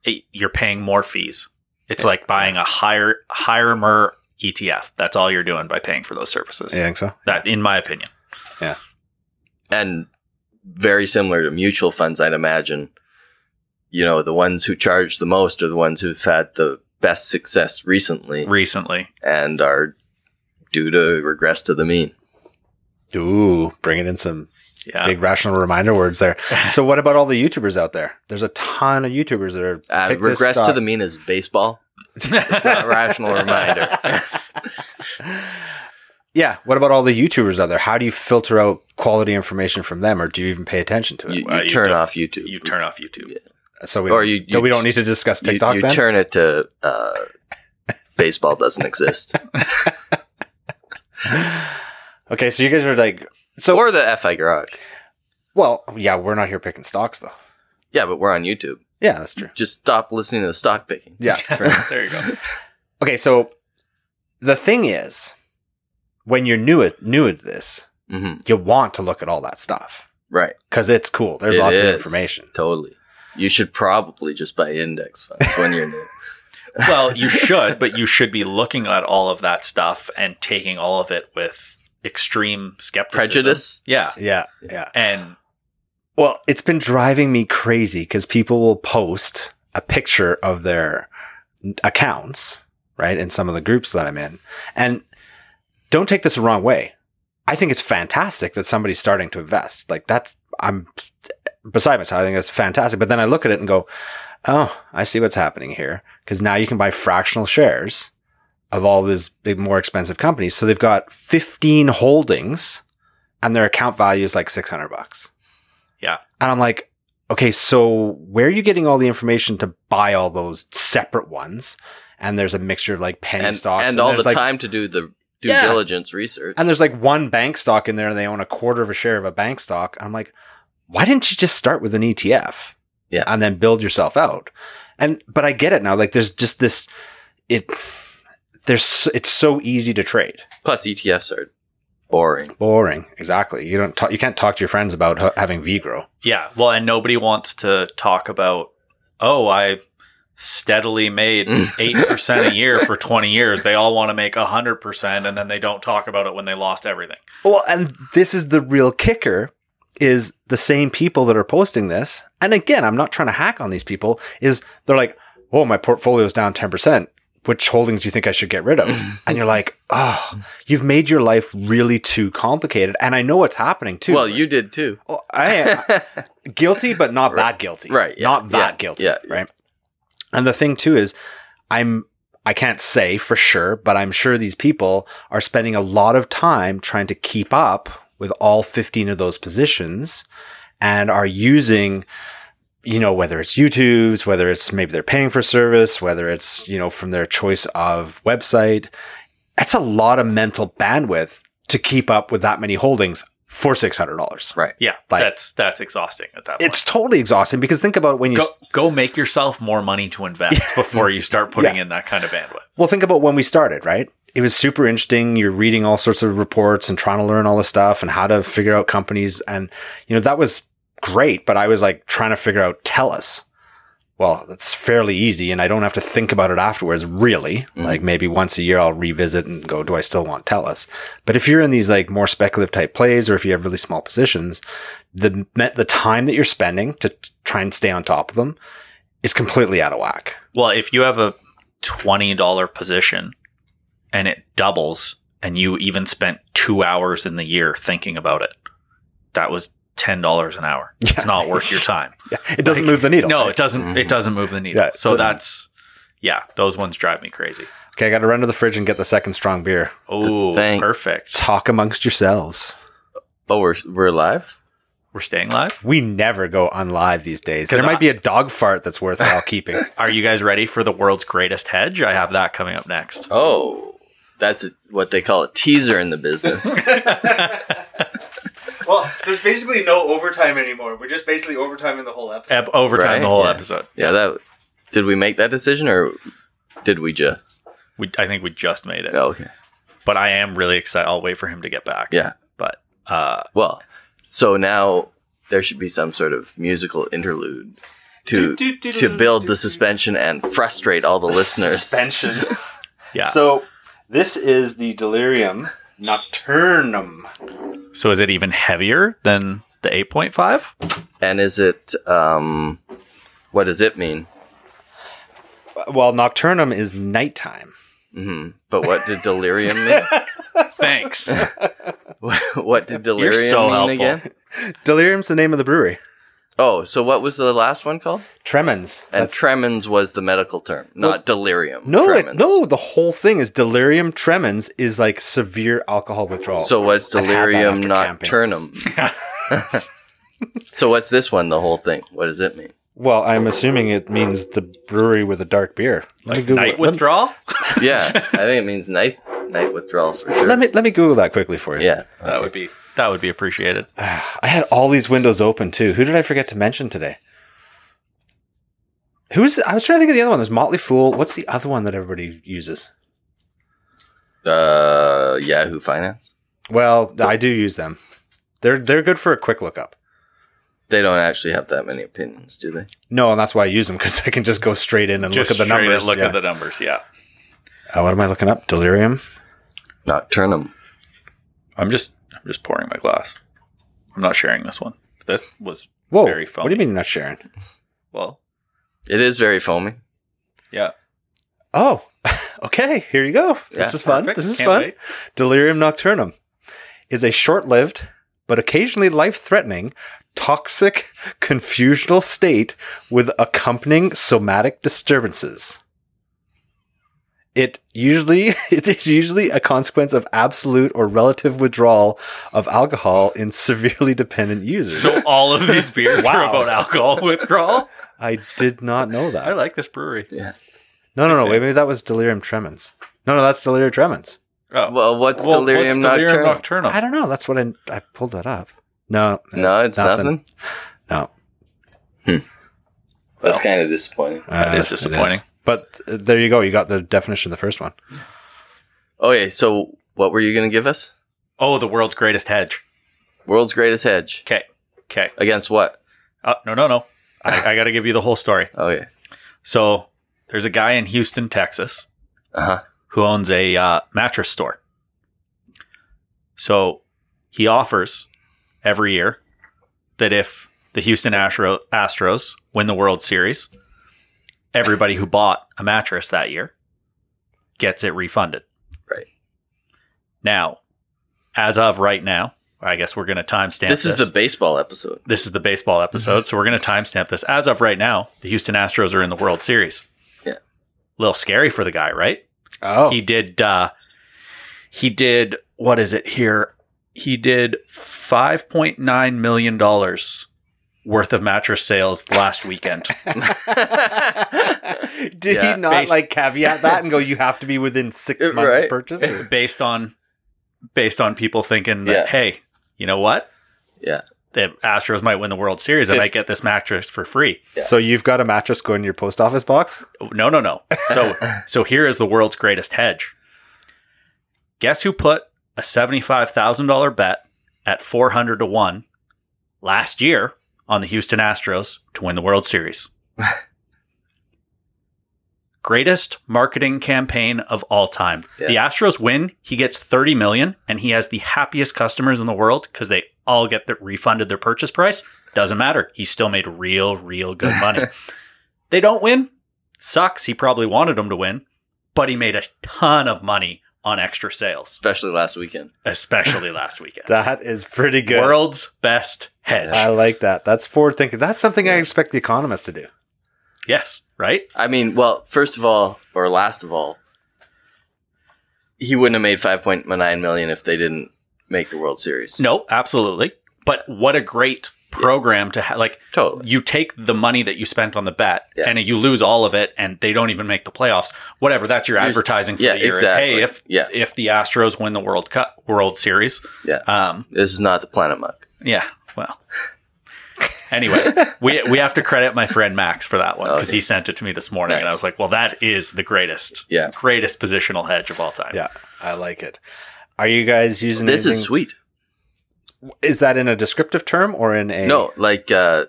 [SPEAKER 3] eh, you're paying more fees. It's like buying a higher higher mer ETF. That's all you're doing by paying for those services.
[SPEAKER 2] You think so?
[SPEAKER 3] That, in my opinion,
[SPEAKER 1] and very similar to mutual funds, I'd imagine. You know, the ones who charge the most are the ones who've had the best success recently
[SPEAKER 3] recently.
[SPEAKER 1] and are due to regress to the mean.
[SPEAKER 2] Ooh, bringing in some
[SPEAKER 3] Yeah.
[SPEAKER 2] big rational reminder words there. so what about all the YouTubers out there? There's a ton of YouTubers that are
[SPEAKER 1] Uh,
[SPEAKER 2] pick this
[SPEAKER 1] regress to
[SPEAKER 2] stock.
[SPEAKER 1] the mean is baseball. It's not a rational reminder.
[SPEAKER 2] yeah. What about all the YouTubers out there? How do you filter out quality information from them, or do you even pay attention to it?
[SPEAKER 1] You, you
[SPEAKER 3] Well, you
[SPEAKER 1] turn
[SPEAKER 3] don't-
[SPEAKER 1] off YouTube.
[SPEAKER 3] you turn off YouTube.
[SPEAKER 1] Yeah.
[SPEAKER 2] so we,
[SPEAKER 1] or you-
[SPEAKER 2] so
[SPEAKER 1] you-
[SPEAKER 2] we don't need to discuss
[SPEAKER 1] You-
[SPEAKER 2] TikTok
[SPEAKER 1] you
[SPEAKER 2] then.
[SPEAKER 1] turn it to uh, baseball doesn't exist.
[SPEAKER 2] okay, so you guys are like, so
[SPEAKER 1] or the FI Garage.
[SPEAKER 2] well, yeah, we're not here picking stocks though.
[SPEAKER 1] Yeah, but we're on YouTube.
[SPEAKER 2] Yeah, that's true.
[SPEAKER 1] Just stop listening to the stock picking.
[SPEAKER 2] Yeah.
[SPEAKER 3] there you go.
[SPEAKER 2] Okay, so the thing is, when you're new at new at this,
[SPEAKER 1] hmm
[SPEAKER 2] you want to look at all that stuff
[SPEAKER 1] Right.
[SPEAKER 2] because it's cool. There's
[SPEAKER 1] It
[SPEAKER 2] lots of
[SPEAKER 1] is.
[SPEAKER 2] information.
[SPEAKER 1] Totally. You should probably just buy index funds when you're new.
[SPEAKER 3] Well, you should, but you should be looking at all of that stuff and taking all of it with extreme skepticism.
[SPEAKER 1] Prejudice?
[SPEAKER 3] Yeah.
[SPEAKER 2] Yeah, yeah.
[SPEAKER 3] And
[SPEAKER 2] Well, it's been driving me crazy because people will post a picture of their accounts, right? In some of the groups that I'm in. And don't take this the wrong way. I think it's fantastic that somebody's starting to invest. Like that's, I'm beside myself. I think that's fantastic. But then I look at it and go, oh, I see what's happening here. Cause now you can buy fractional shares of all these big, more expensive companies. So they've got 15 holdings and their account value is like 600 bucks. And I'm like, okay, so where are you getting all the information to buy all those separate ones? And there's a mixture of like penny
[SPEAKER 1] and
[SPEAKER 2] stocks
[SPEAKER 1] and, all
[SPEAKER 2] there's,
[SPEAKER 1] the
[SPEAKER 2] like-
[SPEAKER 1] time to do the due
[SPEAKER 2] Yeah.
[SPEAKER 1] diligence research.
[SPEAKER 2] And there's like one bank stock in there and they own a quarter of a share of a bank stock. I'm like, why didn't you just start with an ETF?
[SPEAKER 1] Yeah.
[SPEAKER 2] And then build yourself out. And, but I get it now. Like there's just this, it, there's, it's so easy to trade.
[SPEAKER 1] Plus, ETFs are boring.
[SPEAKER 2] Boring. Exactly. You don't talk, you can't talk to your friends about ho- having VGRO.
[SPEAKER 3] yeah, well, and nobody wants to talk about, oh, I steadily made 8% a year for 20 years. They all want to make 100% and then they don't talk about it when they lost everything.
[SPEAKER 2] Well, and this is the real kicker is the same people that are posting this. And again, I'm not trying to hack on these people is they're like, "Oh, my portfolio's down 10%. Which holdings do you think I should get rid of?" and you're like, "Oh, you've made your life really too complicated." And I know what's happening too.
[SPEAKER 4] Well, you did too.
[SPEAKER 2] Oh, I am guilty, but not that guilty.
[SPEAKER 1] Right, yeah,
[SPEAKER 2] not that
[SPEAKER 1] yeah,
[SPEAKER 2] guilty.
[SPEAKER 1] yeah.
[SPEAKER 2] Right. And the thing too is, I'm I can't say for sure, but I'm sure these people are spending a lot of time trying to keep up with all 15 of those positions, and are using. You know, whether it's YouTube's, whether it's maybe they're paying for service, whether it's, you know, from their choice of website, that's a lot of mental bandwidth to keep up with that many holdings for $600.
[SPEAKER 3] Yeah,
[SPEAKER 2] Like-
[SPEAKER 3] that's that's exhausting at that
[SPEAKER 2] It's totally exhausting because think about when you
[SPEAKER 3] point. Go, go make yourself more money to invest before you start putting
[SPEAKER 2] Yeah.
[SPEAKER 3] in that kind of bandwidth.
[SPEAKER 2] well think about when we started, right? It was super interesting. You're reading all sorts of reports and trying to learn all this stuff and how to figure out companies and you know that was great, but I was like trying to figure out Telus. Well, that's fairly easy and I don't have to think about it afterwards really.
[SPEAKER 1] Mhm.
[SPEAKER 2] Like maybe once a year I'll revisit and go do I still want Telus? But if you're in these like more speculative type plays or if you have really small positions, the me- the time that you're spending to t- try and stay on top of them is completely out of whack.
[SPEAKER 3] Well, if you have a twenty dollar position and it doubles, and you even spent two hours in the year thinking about it, that was ten dollars an hour. It's not worth your time.
[SPEAKER 2] Yeah, it doesn't move the needle.
[SPEAKER 3] No,
[SPEAKER 2] Right?
[SPEAKER 3] it doesn't.
[SPEAKER 1] Mm-hmm.
[SPEAKER 3] It doesn't move the needle.
[SPEAKER 2] Yeah, it
[SPEAKER 3] so
[SPEAKER 2] doesn't.
[SPEAKER 3] that's yeah. Those ones drive me crazy.
[SPEAKER 2] Okay, I got to run to the fridge and get the second strong beer.
[SPEAKER 3] Oh,
[SPEAKER 1] thing-
[SPEAKER 3] perfect.
[SPEAKER 2] Talk amongst yourselves.
[SPEAKER 1] Oh, we're we're live.
[SPEAKER 3] We're staying live.
[SPEAKER 2] We never go on live these days. There
[SPEAKER 3] Cause
[SPEAKER 2] might
[SPEAKER 3] I-
[SPEAKER 2] be a dog fart that's worthwhile keeping.
[SPEAKER 3] Are you guys ready for the world's greatest hedge? I have that coming up next.
[SPEAKER 1] Oh, that's a, what they call a teaser in the business.
[SPEAKER 4] Well, there's basically no overtime anymore. We're just basically overtiming the whole episode.
[SPEAKER 3] Ep- overtime
[SPEAKER 1] Right?
[SPEAKER 3] the whole
[SPEAKER 1] Yeah.
[SPEAKER 3] episode.
[SPEAKER 1] yeah, that did we make that decision or did we just?
[SPEAKER 3] We, I think we just made it.
[SPEAKER 1] Oh, okay.
[SPEAKER 3] But I am really excited. I'll wait for him to get back.
[SPEAKER 1] Yeah.
[SPEAKER 3] But uh,
[SPEAKER 1] Well, so now there should be some sort of musical interlude to to build the suspension and frustrate all the listeners.
[SPEAKER 2] Suspension.
[SPEAKER 3] Yeah.
[SPEAKER 2] So this is the Delirium Nocturnum.
[SPEAKER 3] So is it even heavier than the 8.5?
[SPEAKER 1] And is it um what does it mean?
[SPEAKER 2] Well, Nocturnum is nighttime.
[SPEAKER 1] hmm But what did delirium mean?
[SPEAKER 3] Thanks.
[SPEAKER 1] what did delirium
[SPEAKER 3] so
[SPEAKER 1] mean
[SPEAKER 3] helpful.
[SPEAKER 1] again?
[SPEAKER 2] Delirium's the name of the brewery.
[SPEAKER 1] Oh, so what was the last one called?
[SPEAKER 2] Tremens.
[SPEAKER 1] And
[SPEAKER 2] That's-
[SPEAKER 1] tremens was the medical term, not delirium.
[SPEAKER 2] no, like,
[SPEAKER 1] tremens.
[SPEAKER 2] no, the whole thing is delirium tremens is like severe alcohol withdrawal.
[SPEAKER 1] So was
[SPEAKER 2] I've had that
[SPEAKER 1] delirium
[SPEAKER 2] after
[SPEAKER 1] nocturnum? so what's this one? The whole thing. What does it mean?
[SPEAKER 2] well, I'm assuming it means the brewery with a dark beer. Let me Google
[SPEAKER 3] Night
[SPEAKER 2] it. Let-
[SPEAKER 3] withdrawal?
[SPEAKER 1] Yeah, I think it means night night withdrawal for sure.
[SPEAKER 2] Let me let me Google that quickly for you.
[SPEAKER 1] yeah.
[SPEAKER 3] That would be that would be appreciated.
[SPEAKER 2] I had all these windows open too. Who did I forget to mention today? Who's I was trying to think of the other one. There's Motley Fool. What's the other one that everybody uses?
[SPEAKER 1] Uh, Yahoo Finance.
[SPEAKER 2] Well, I do use them. They're they're good for a quick lookup.
[SPEAKER 1] They don't actually have that many opinions, do they?
[SPEAKER 2] No, and that's why I use them because I can just go straight in and
[SPEAKER 3] Just
[SPEAKER 2] look at the
[SPEAKER 3] straight
[SPEAKER 2] numbers.
[SPEAKER 3] Look
[SPEAKER 2] yeah.
[SPEAKER 3] at the numbers. Yeah.
[SPEAKER 2] Uh, what am I looking up? Delirium.
[SPEAKER 1] Nocturnum.
[SPEAKER 3] I'm just I'm just pouring my glass. I'm not sharing this one. This was
[SPEAKER 2] Whoa!
[SPEAKER 3] Very
[SPEAKER 2] what do you
[SPEAKER 3] phony.
[SPEAKER 2] mean you're not sharing?
[SPEAKER 3] well.
[SPEAKER 1] It is very foamy.
[SPEAKER 3] Yeah.
[SPEAKER 2] Oh, okay. Here you go.
[SPEAKER 1] Yeah,
[SPEAKER 2] this is fun.
[SPEAKER 3] Perfect.
[SPEAKER 2] This is
[SPEAKER 3] Can't
[SPEAKER 2] fun.
[SPEAKER 3] wait.
[SPEAKER 2] Delirium nocturnum is a short lived, but occasionally life threatening, toxic, confusional state with accompanying somatic disturbances. It usually it is usually a consequence of absolute or relative withdrawal of alcohol in severely dependent users.
[SPEAKER 3] So all of these beers are
[SPEAKER 2] Wow.
[SPEAKER 3] about alcohol withdrawal.
[SPEAKER 2] I did not know
[SPEAKER 3] I
[SPEAKER 2] that.
[SPEAKER 3] like this brewery.
[SPEAKER 2] No, no, no.
[SPEAKER 3] Okay.
[SPEAKER 2] Wait, maybe that was delirium tremens. No, no, that's delirium tremens.
[SPEAKER 3] Oh.
[SPEAKER 1] Well, what's
[SPEAKER 3] Well,
[SPEAKER 1] delirium
[SPEAKER 3] what's
[SPEAKER 1] nocturnum?
[SPEAKER 3] nocturnum?
[SPEAKER 2] I don't know. That's what I I pulled that up. No,
[SPEAKER 1] Oh. no, it's nothing. Hmm.
[SPEAKER 2] No,
[SPEAKER 1] That's kind of disappointing.
[SPEAKER 3] That is
[SPEAKER 2] Uh, it
[SPEAKER 3] disappointing.
[SPEAKER 2] But uh, there you go. You got the definition of the first one.
[SPEAKER 1] Okay, so what were you going to give us?
[SPEAKER 3] Oh, the world's greatest hedge.
[SPEAKER 1] World's greatest hedge
[SPEAKER 3] Okay. Okay.
[SPEAKER 1] against what?
[SPEAKER 3] Uh, no, no, no. I, I got to give you the whole story.
[SPEAKER 1] Okay,
[SPEAKER 3] So There's a guy in Houston, Texas,
[SPEAKER 1] Uh huh.
[SPEAKER 3] who owns a uh, mattress store. So he offers every year that if the Houston Astro- Astros win the World Series, everybody who bought a mattress that year gets it refunded.
[SPEAKER 1] Right.
[SPEAKER 3] Now, as of right now, I guess we're going to timestamp
[SPEAKER 1] This is the baseball episode.
[SPEAKER 3] this is the baseball episode, so we're going to timestamp this. As of right now, the Houston Astros are in the World Series.
[SPEAKER 1] Yeah.
[SPEAKER 3] little scary for the guy, right?
[SPEAKER 2] Oh,
[SPEAKER 3] He did. Uh, he did. What is it here? He did five point nine million dollars worth of mattress sales last weekend.
[SPEAKER 2] Did
[SPEAKER 1] Yeah,
[SPEAKER 2] he not
[SPEAKER 3] based-
[SPEAKER 2] like caveat that and go, you have to be within six
[SPEAKER 1] Right.
[SPEAKER 2] months of purchase? or-
[SPEAKER 3] based on based on people thinking
[SPEAKER 1] Yeah.
[SPEAKER 3] that hey, you know what?
[SPEAKER 1] Yeah.
[SPEAKER 3] The Astros might win the World Series. I
[SPEAKER 1] Fif-
[SPEAKER 3] might get this mattress for free.
[SPEAKER 1] Yeah.
[SPEAKER 2] So you've got a mattress going in your post office box?
[SPEAKER 3] No, no, no. So so here is the world's greatest hedge. Guess who put a $75,000 bet at 400 to 1 last year on the Houston Astros to win the World Series? greatest marketing campaign of all time.
[SPEAKER 1] Yeah.
[SPEAKER 3] The Astros win, he gets 30 million and he has the happiest customers in the world cuz they all get the refunded their purchase price. Doesn't matter. He still made real real good money. they don't win, sucks. He probably wanted them to win, but he made a ton of money on extra sales,
[SPEAKER 1] Especially last weekend.
[SPEAKER 3] especially last weekend.
[SPEAKER 2] That is pretty good.
[SPEAKER 3] World's best hedge.
[SPEAKER 2] I like that. That's forward thinking. That's something I expect the economist to do.
[SPEAKER 3] yes, right?
[SPEAKER 1] I mean, well, first of all, or last of all, he wouldn't have made five point nine million if they didn't make the World Series.
[SPEAKER 3] No, absolutely. But what a great program to have. Like,
[SPEAKER 1] Totally.
[SPEAKER 3] you take the money that you spent on the bet
[SPEAKER 1] Yeah.
[SPEAKER 3] and you lose all of it and they don't even make the playoffs. Whatever, that's your
[SPEAKER 1] There's-
[SPEAKER 3] advertising for
[SPEAKER 1] yeah,
[SPEAKER 3] the year
[SPEAKER 1] exactly.
[SPEAKER 3] is hey, if
[SPEAKER 1] Yeah.
[SPEAKER 3] if the Astros win the World Cup World Series.
[SPEAKER 1] Yeah.
[SPEAKER 3] Um
[SPEAKER 1] This is not the Planet Muck.
[SPEAKER 3] yeah, well. Anyway, we we have to credit my friend Max for that one because
[SPEAKER 1] Okay.
[SPEAKER 3] he sent it to me this morning and I
[SPEAKER 1] Oh, Nice.
[SPEAKER 3] was like, well, that is the greatest,
[SPEAKER 1] Yeah.
[SPEAKER 3] greatest positional hedge of all time.
[SPEAKER 2] Yeah, I like it. Are you guys using
[SPEAKER 1] This is
[SPEAKER 2] anything-
[SPEAKER 1] sweet.
[SPEAKER 2] Is that in a descriptive term or in a
[SPEAKER 1] No, like uh,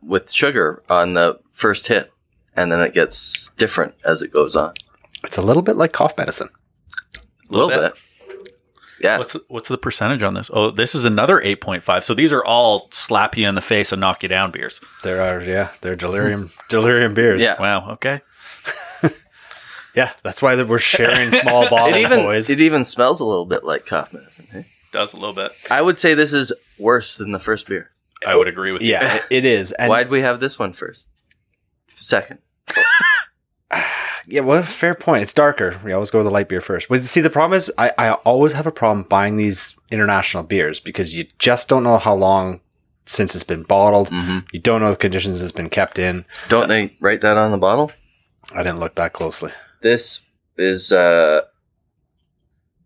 [SPEAKER 1] with sugar on the first hit, and then it gets different as it goes on.
[SPEAKER 2] It's a little bit like cough medicine.
[SPEAKER 1] A little, bit. Yeah.
[SPEAKER 3] What's what's the percentage on this? Oh, this is another eight point five. So these are all slap you in the face and knock you down beers.
[SPEAKER 2] There are yeah, they're delirium delirium beers.
[SPEAKER 1] Yeah.
[SPEAKER 3] Wow. Okay.
[SPEAKER 2] yeah. That's why that we're sharing small bottles,
[SPEAKER 1] It even
[SPEAKER 2] boys.
[SPEAKER 1] it even smells a little bit like cough medicine. eh?
[SPEAKER 3] Does a little bit.
[SPEAKER 1] I would say this is worse than the first beer.
[SPEAKER 3] I would agree with
[SPEAKER 2] yeah, it- it is. And
[SPEAKER 1] Why'd we have this one first? Second.
[SPEAKER 2] Yeah, well, fair point. It's darker. We always go with a light beer first. But see, the problem is, I, I always have a problem buying these international beers because you just don't know how long since it's been bottled.
[SPEAKER 1] Mm-hmm.
[SPEAKER 2] You don't know the conditions it's been kept in.
[SPEAKER 1] Don't they write that on the bottle?
[SPEAKER 2] I didn't look that closely.
[SPEAKER 1] This is uh,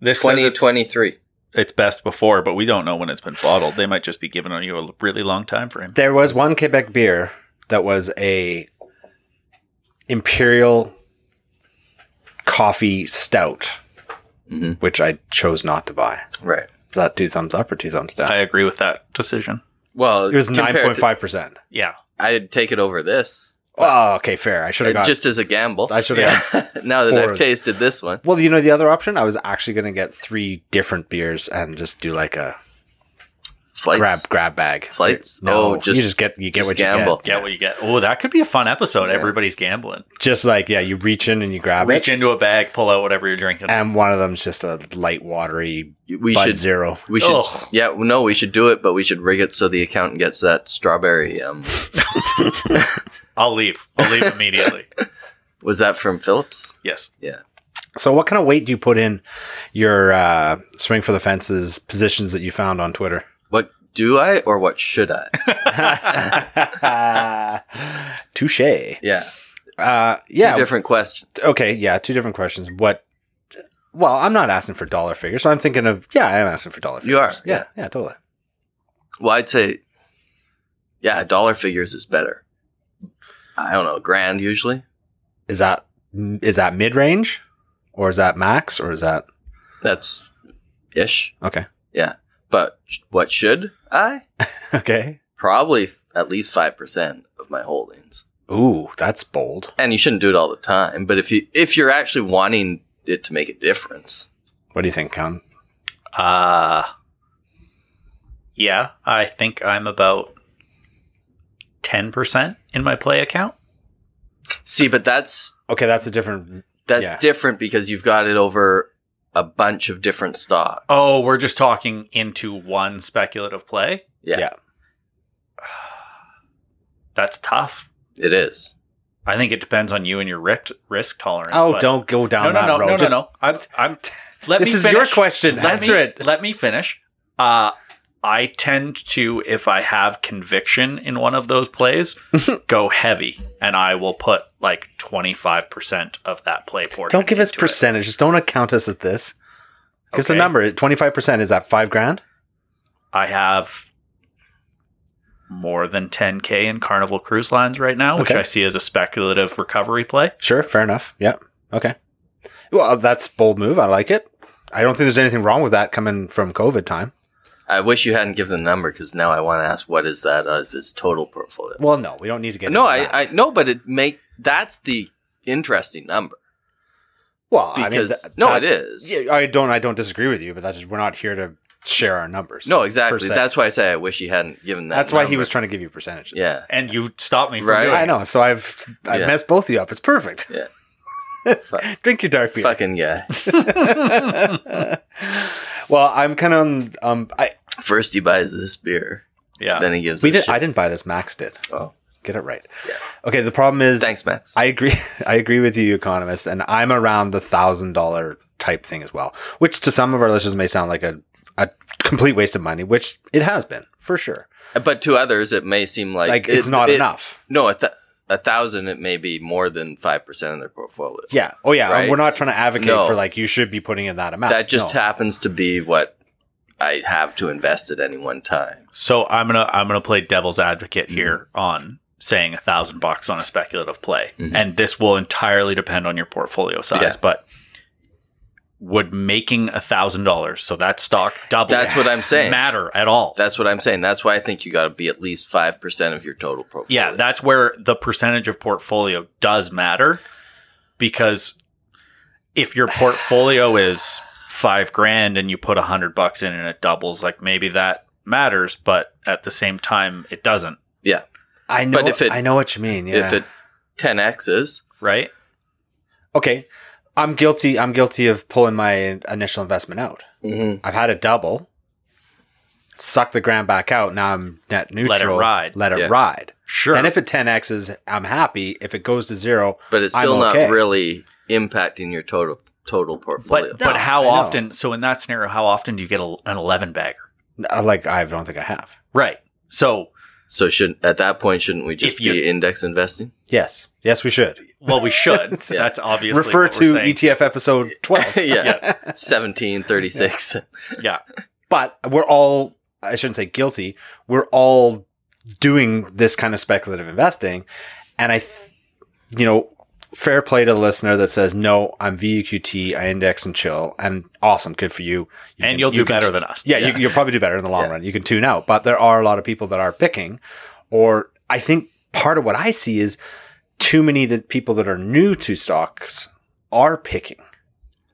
[SPEAKER 3] you. This says it's,
[SPEAKER 1] 2023.
[SPEAKER 3] it's best before, but we don't know when it's been bottled. They might just be giving on you a really long time frame.
[SPEAKER 2] There was one Quebec beer that was a imperial coffee stout,
[SPEAKER 1] Mhm.
[SPEAKER 2] which I chose not to buy.
[SPEAKER 1] Right.
[SPEAKER 2] Is that two thumbs up or two thumbs down?
[SPEAKER 3] I agree with that decision.
[SPEAKER 1] Well,
[SPEAKER 2] it was nine
[SPEAKER 1] compared
[SPEAKER 2] point
[SPEAKER 1] to-
[SPEAKER 2] five percent.
[SPEAKER 3] Yeah.
[SPEAKER 1] I'd take it over this.
[SPEAKER 2] Oh, okay, fair. I should have
[SPEAKER 1] It-
[SPEAKER 2] got.
[SPEAKER 1] just as a gamble.
[SPEAKER 2] I should have.
[SPEAKER 3] Yeah.
[SPEAKER 2] got
[SPEAKER 1] now that
[SPEAKER 2] Four.
[SPEAKER 1] I've tasted this one.
[SPEAKER 2] Well, you know, the other option, I was actually going to get three different beers and just do like a
[SPEAKER 1] Flights.
[SPEAKER 2] grab grab bag.
[SPEAKER 1] Flights?
[SPEAKER 2] No,
[SPEAKER 1] Oh,
[SPEAKER 2] you
[SPEAKER 1] just-
[SPEAKER 2] just get you get
[SPEAKER 1] just
[SPEAKER 2] what
[SPEAKER 1] gamble.
[SPEAKER 2] you
[SPEAKER 3] Get what you get. Oh, that could be a fun episode.
[SPEAKER 1] Yeah.
[SPEAKER 3] Everybody's gambling.
[SPEAKER 2] get. Just like yeah, you reach in and you grab
[SPEAKER 3] Reach
[SPEAKER 2] it,
[SPEAKER 3] into a bag, pull out whatever you're drinking.
[SPEAKER 2] and one of them's just a light watery
[SPEAKER 1] We
[SPEAKER 2] Bud
[SPEAKER 1] should.
[SPEAKER 2] Zero.
[SPEAKER 1] We should.
[SPEAKER 3] Ugh.
[SPEAKER 1] Yeah, no, we should do it, but we should rig it so the accountant gets that strawberry. Um,
[SPEAKER 3] I'll leave. I'll leave immediately.
[SPEAKER 1] was that from Phillips?
[SPEAKER 3] Yes.
[SPEAKER 2] So, what kind of weight do you put in your uh, swing for the fences positions that you found on Twitter?
[SPEAKER 1] What do I or what should I?
[SPEAKER 2] Touche.
[SPEAKER 1] Yeah,
[SPEAKER 2] Uh,
[SPEAKER 1] two
[SPEAKER 2] yeah.
[SPEAKER 1] different questions.
[SPEAKER 2] okay, yeah, two different questions. What? Well, I'm not asking for dollar figures, so I'm thinking of yeah, I am asking for dollar figures.
[SPEAKER 1] You are,
[SPEAKER 2] yeah, yeah, totally.
[SPEAKER 1] Well, I'd say, yeah, dollar figures is better. I don't know, grand usually.
[SPEAKER 2] Is that is that mid range, or is that max, or is that
[SPEAKER 1] That's ish.
[SPEAKER 2] okay?
[SPEAKER 1] But sh- what should I?
[SPEAKER 2] Okay,
[SPEAKER 1] Probably f- at least five percent of my holdings.
[SPEAKER 2] Ooh, that's bold.
[SPEAKER 1] And you shouldn't do it all the time. But if you if you're actually wanting it to make a difference,
[SPEAKER 2] What do you think, Con?
[SPEAKER 3] Uh Yeah, I think I'm about 10% in my play account.
[SPEAKER 1] see, but that's
[SPEAKER 2] Okay, that's a different.
[SPEAKER 1] that's
[SPEAKER 2] Yeah.
[SPEAKER 1] different because you've got it over a bunch of different stocks.
[SPEAKER 3] Oh, we're just talking into one speculative play.
[SPEAKER 1] yeah,
[SPEAKER 2] yeah.
[SPEAKER 3] That's tough.
[SPEAKER 1] it is.
[SPEAKER 3] I think it depends on you and your risk risk tolerance.
[SPEAKER 2] Oh,
[SPEAKER 3] but-
[SPEAKER 2] don't go down
[SPEAKER 3] No, no,
[SPEAKER 2] that
[SPEAKER 3] no,
[SPEAKER 2] road.
[SPEAKER 3] no, no,
[SPEAKER 2] Just-
[SPEAKER 3] no. I'm, I'm. Let
[SPEAKER 2] this
[SPEAKER 3] me
[SPEAKER 2] is
[SPEAKER 3] finish.
[SPEAKER 2] your question.
[SPEAKER 3] Let
[SPEAKER 2] Answer
[SPEAKER 3] me,
[SPEAKER 2] it.
[SPEAKER 3] Let me finish. Uh, I tend to, if I have conviction in one of those plays, go heavy, and I will put like twenty five percent of that play portion.
[SPEAKER 2] Don't give us
[SPEAKER 3] into it.
[SPEAKER 2] percentages. Don't count us as this. Give us a
[SPEAKER 3] Okay.
[SPEAKER 2] number. Twenty five percent is that five grand?
[SPEAKER 3] I have more than ten k in Carnival Cruise Lines right now, which
[SPEAKER 2] Okay.
[SPEAKER 3] I see as a speculative recovery play.
[SPEAKER 2] Sure, fair enough. Yeah. Okay. Well, that's bold move. I like it. I don't think there's anything wrong with that coming from COVID time.
[SPEAKER 1] I wish you hadn't given the number because now I want to ask what is that of his total portfolio?
[SPEAKER 2] Well, no, we don't need to get
[SPEAKER 1] no,
[SPEAKER 2] into that.
[SPEAKER 1] I, I no, but it make that's the interesting number.
[SPEAKER 2] well, I mean,
[SPEAKER 1] because-
[SPEAKER 2] tha-
[SPEAKER 1] no, it
[SPEAKER 2] that's-
[SPEAKER 1] is.
[SPEAKER 2] Yeah, I don't. I don't disagree with you, but that's just we're not here to share our numbers.
[SPEAKER 1] No, exactly.
[SPEAKER 2] se.
[SPEAKER 1] That's why I say I wish he hadn't given that.
[SPEAKER 2] that's why he
[SPEAKER 1] number.
[SPEAKER 2] was trying to give you percentages.
[SPEAKER 1] Yeah,
[SPEAKER 3] And you stopped me from
[SPEAKER 1] Right.
[SPEAKER 3] doing
[SPEAKER 2] I
[SPEAKER 3] it.
[SPEAKER 2] know. So I've I've
[SPEAKER 1] Yeah.
[SPEAKER 2] messed both of you up. It's perfect.
[SPEAKER 1] Fuck,
[SPEAKER 2] Drink your dark beer.
[SPEAKER 1] fucking yeah.
[SPEAKER 2] well, I'm kind of on. Um, I
[SPEAKER 1] First he buys this beer,
[SPEAKER 3] Yeah.
[SPEAKER 1] then he gives.
[SPEAKER 2] we
[SPEAKER 1] this
[SPEAKER 2] did. I didn't buy this. Max did.
[SPEAKER 1] shit. Oh,
[SPEAKER 2] Get it right.
[SPEAKER 1] Yeah.
[SPEAKER 2] Okay. The problem is,
[SPEAKER 1] thanks, Max.
[SPEAKER 2] I agree. I agree with you, economist, and I'm around the thousand dollar type thing as well, which to some of our listeners may sound like a a complete waste of money, which it has been for sure.
[SPEAKER 1] but to others, it may seem like
[SPEAKER 2] Like, it's
[SPEAKER 1] it-
[SPEAKER 2] not
[SPEAKER 1] it-
[SPEAKER 2] enough.
[SPEAKER 1] No, a, th- a thousand, it may be more than five percent of their portfolio.
[SPEAKER 2] Yeah. Oh yeah.
[SPEAKER 1] Right.
[SPEAKER 2] We're not trying to advocate
[SPEAKER 1] No.
[SPEAKER 2] for like you should be putting in that amount.
[SPEAKER 1] that just
[SPEAKER 2] No.
[SPEAKER 1] happens to be what I have to invest at any one time.
[SPEAKER 3] So I'm gonna I'm gonna play devil's advocate
[SPEAKER 1] Mm-hmm.
[SPEAKER 3] here on saying a thousand bucks on a speculative play,
[SPEAKER 1] Mhm.
[SPEAKER 3] and this will entirely depend on your portfolio size.
[SPEAKER 1] Yeah.
[SPEAKER 3] But would making a thousand dollars, so that stock double,
[SPEAKER 1] That's what I'm saying.
[SPEAKER 3] matter at all?
[SPEAKER 1] That's what I'm saying. That's why I think you got to be at least five percent of your total portfolio.
[SPEAKER 3] yeah, that's where the percentage of portfolio does matter because if your portfolio is five grand and you put a hundred bucks in and it doubles, like maybe that matters, but at the same time, it doesn't,
[SPEAKER 2] I know.
[SPEAKER 1] But if it-
[SPEAKER 2] I know what you mean. Yeah.
[SPEAKER 1] if it ten x's,
[SPEAKER 3] right?
[SPEAKER 2] okay. I'm guilty. I'm guilty of pulling my initial investment out.
[SPEAKER 1] mm-hmm.
[SPEAKER 2] I've had a double. Suck the grand back out. Now I'm net neutral.
[SPEAKER 3] ride.
[SPEAKER 2] Let it
[SPEAKER 1] Yeah.
[SPEAKER 2] ride.
[SPEAKER 3] Sure.
[SPEAKER 2] Then if it 10x's, I'm happy. If it goes to zero,
[SPEAKER 1] but it's
[SPEAKER 2] I'm
[SPEAKER 1] still
[SPEAKER 2] okay.
[SPEAKER 1] not really impacting your total total portfolio.
[SPEAKER 3] But
[SPEAKER 2] No,
[SPEAKER 3] but
[SPEAKER 2] I
[SPEAKER 3] how
[SPEAKER 2] know.
[SPEAKER 3] often? So in that scenario, how often do you get a, an eleven bagger?
[SPEAKER 2] uh, like I don't think I have.
[SPEAKER 3] Right. So
[SPEAKER 1] so should at that point shouldn't we just
[SPEAKER 3] If you-
[SPEAKER 1] be index investing?
[SPEAKER 2] Yes, yes, we should
[SPEAKER 3] well, we should. That's obviously
[SPEAKER 2] refer
[SPEAKER 3] what
[SPEAKER 2] to
[SPEAKER 3] we're saying.
[SPEAKER 2] ETF episode twelve.
[SPEAKER 1] yeah, seventeen thirty six.
[SPEAKER 3] Yeah.
[SPEAKER 2] but we're all I shouldn't say guilty. We're all doing this kind of speculative investing, and I, th- you know, fair play to the listener that says no, I'm VUQT, I index and chill, and awesome, good for you. you
[SPEAKER 3] And
[SPEAKER 2] can-
[SPEAKER 3] you'll
[SPEAKER 2] you
[SPEAKER 3] do
[SPEAKER 2] can
[SPEAKER 3] better than us.
[SPEAKER 2] yeah,
[SPEAKER 1] Yeah.
[SPEAKER 2] You, you'll probably do better in the long
[SPEAKER 1] Yeah.
[SPEAKER 2] run. You can tune out, but there are a lot of people that are picking, or I think part of what I see is too many of the people that are new to stocks are picking,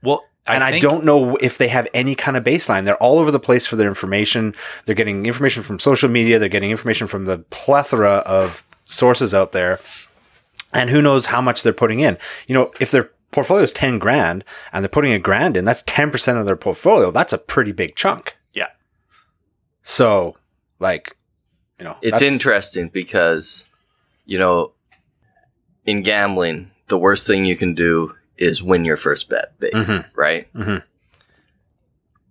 [SPEAKER 3] Well, I
[SPEAKER 2] and I,
[SPEAKER 3] think-
[SPEAKER 2] don't know if they have any kind of baseline. They're all over the place for their information. They're getting information from social media. They're getting information from the plethora of sources out there, and who knows how much they're putting in. You know, if their portfolio is ten grand and they're putting a grand in, that's ten percent of their portfolio. That's a pretty big chunk.
[SPEAKER 3] Yeah.
[SPEAKER 2] So, like, you know,
[SPEAKER 1] It's
[SPEAKER 2] that's-
[SPEAKER 1] interesting because, you know, in gambling, the worst thing you can do is win your first bet, big,
[SPEAKER 2] Mhm.
[SPEAKER 1] right?
[SPEAKER 2] Mhm.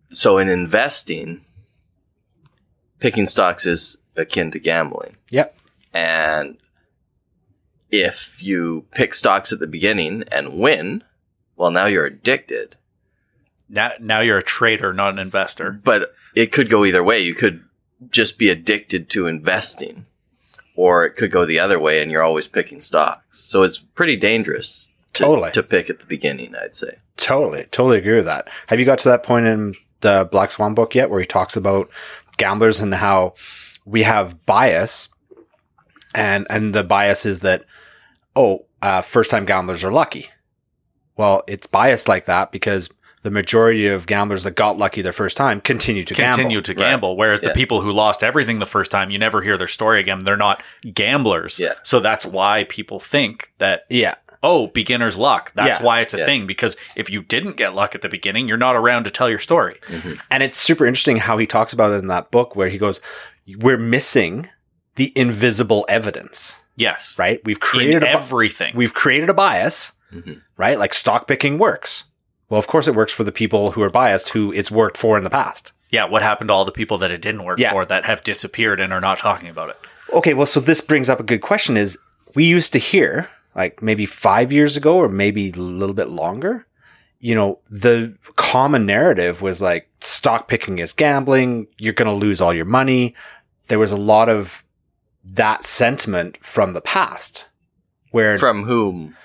[SPEAKER 1] So in investing, picking stocks is akin to gambling.
[SPEAKER 2] Yep.
[SPEAKER 1] And if you pick stocks at the beginning and win, well, now you're addicted.
[SPEAKER 3] now now you're a trader, not an investor.
[SPEAKER 1] But it could go either way. You could just be addicted to investing, or it could go the other way, and you're always picking stocks. So it's pretty dangerous to,
[SPEAKER 2] Totally.
[SPEAKER 1] to pick at the beginning, I'd say.
[SPEAKER 2] Totally, totally agree with that. Have you got to that point in the Black Swan book yet where he talks about gamblers and how we have bias and and the bias is that oh, uh, first time gamblers are lucky. Well, it's biased like that because the majority of gamblers that got lucky their first time continue to
[SPEAKER 3] continue
[SPEAKER 2] gamble.
[SPEAKER 3] to
[SPEAKER 1] Right.
[SPEAKER 3] gamble. Whereas
[SPEAKER 1] Yeah.
[SPEAKER 3] the people who lost everything the first time, you never hear their story again. They're not gamblers.
[SPEAKER 1] Yeah.
[SPEAKER 3] So that's why people think that,
[SPEAKER 2] Yeah.
[SPEAKER 3] oh, beginner's luck. That's
[SPEAKER 2] Yeah.
[SPEAKER 3] why it's a
[SPEAKER 1] Yeah.
[SPEAKER 3] thing. Because if you didn't get luck at the beginning, you're not around to tell your story.
[SPEAKER 2] And it's super interesting how he talks about it in that book where he goes, We're missing the invisible evidence,
[SPEAKER 3] Yes.
[SPEAKER 2] right? We've
[SPEAKER 3] In
[SPEAKER 2] created a, bi-
[SPEAKER 3] everything.
[SPEAKER 2] we've created a bias,
[SPEAKER 1] hmm
[SPEAKER 2] right? Like stock picking works. Well, of course it works for the people who are biased who it's worked for in the past.
[SPEAKER 3] yeah. What happened to all the people that it didn't work
[SPEAKER 2] Yeah.
[SPEAKER 3] for that have disappeared and are not talking about it?
[SPEAKER 2] Okay, well, so this brings up a good question is we used to hear, like maybe five years ago or maybe a little bit longer, you know, the common narrative was like stock picking is gambling, you're going to lose all your money. There was a lot of that sentiment from the past where
[SPEAKER 1] From whom?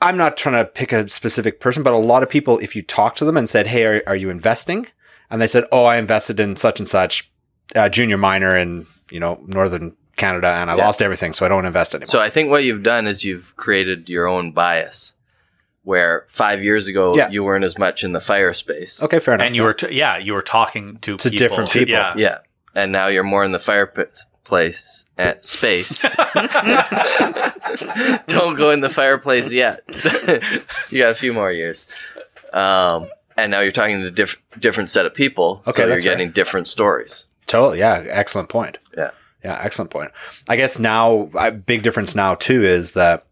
[SPEAKER 2] I'm not trying to pick a specific person, but a lot of people, if you talk to them and said, Hey, are, are you investing? And they said, Oh, I invested in such and such, uh, junior minor in, you know, Northern Canada and I
[SPEAKER 1] Yeah.
[SPEAKER 2] lost everything. So I don't invest anymore.
[SPEAKER 1] So I think what you've done is you've created your own bias, where five years ago
[SPEAKER 2] Yeah.
[SPEAKER 1] you weren't as much in the fire space.
[SPEAKER 2] okay, fair enough.
[SPEAKER 3] and you were, t- yeah, you were talking to,
[SPEAKER 2] To different people.
[SPEAKER 3] Yeah.
[SPEAKER 1] Yeah, and now you're more in the fire p- place at space. Don't go in the fireplace yet. you got a few more years, um, and now you're talking to diff- different set of people.
[SPEAKER 2] Okay,
[SPEAKER 1] so you're
[SPEAKER 2] that's fair.
[SPEAKER 1] getting different stories.
[SPEAKER 2] Totally. Yeah. Excellent point.
[SPEAKER 1] Yeah.
[SPEAKER 2] Yeah. Excellent point. I guess now, a big difference now, too, is that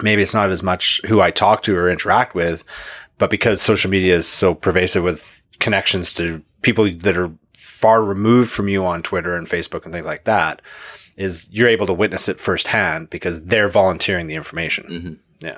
[SPEAKER 2] maybe it's not as much who I talk to or interact with, but because social media is so pervasive with connections to people that are far removed from you on Twitter and Facebook and things like that, is you're able to witness it firsthand because they're volunteering the information.
[SPEAKER 1] hmm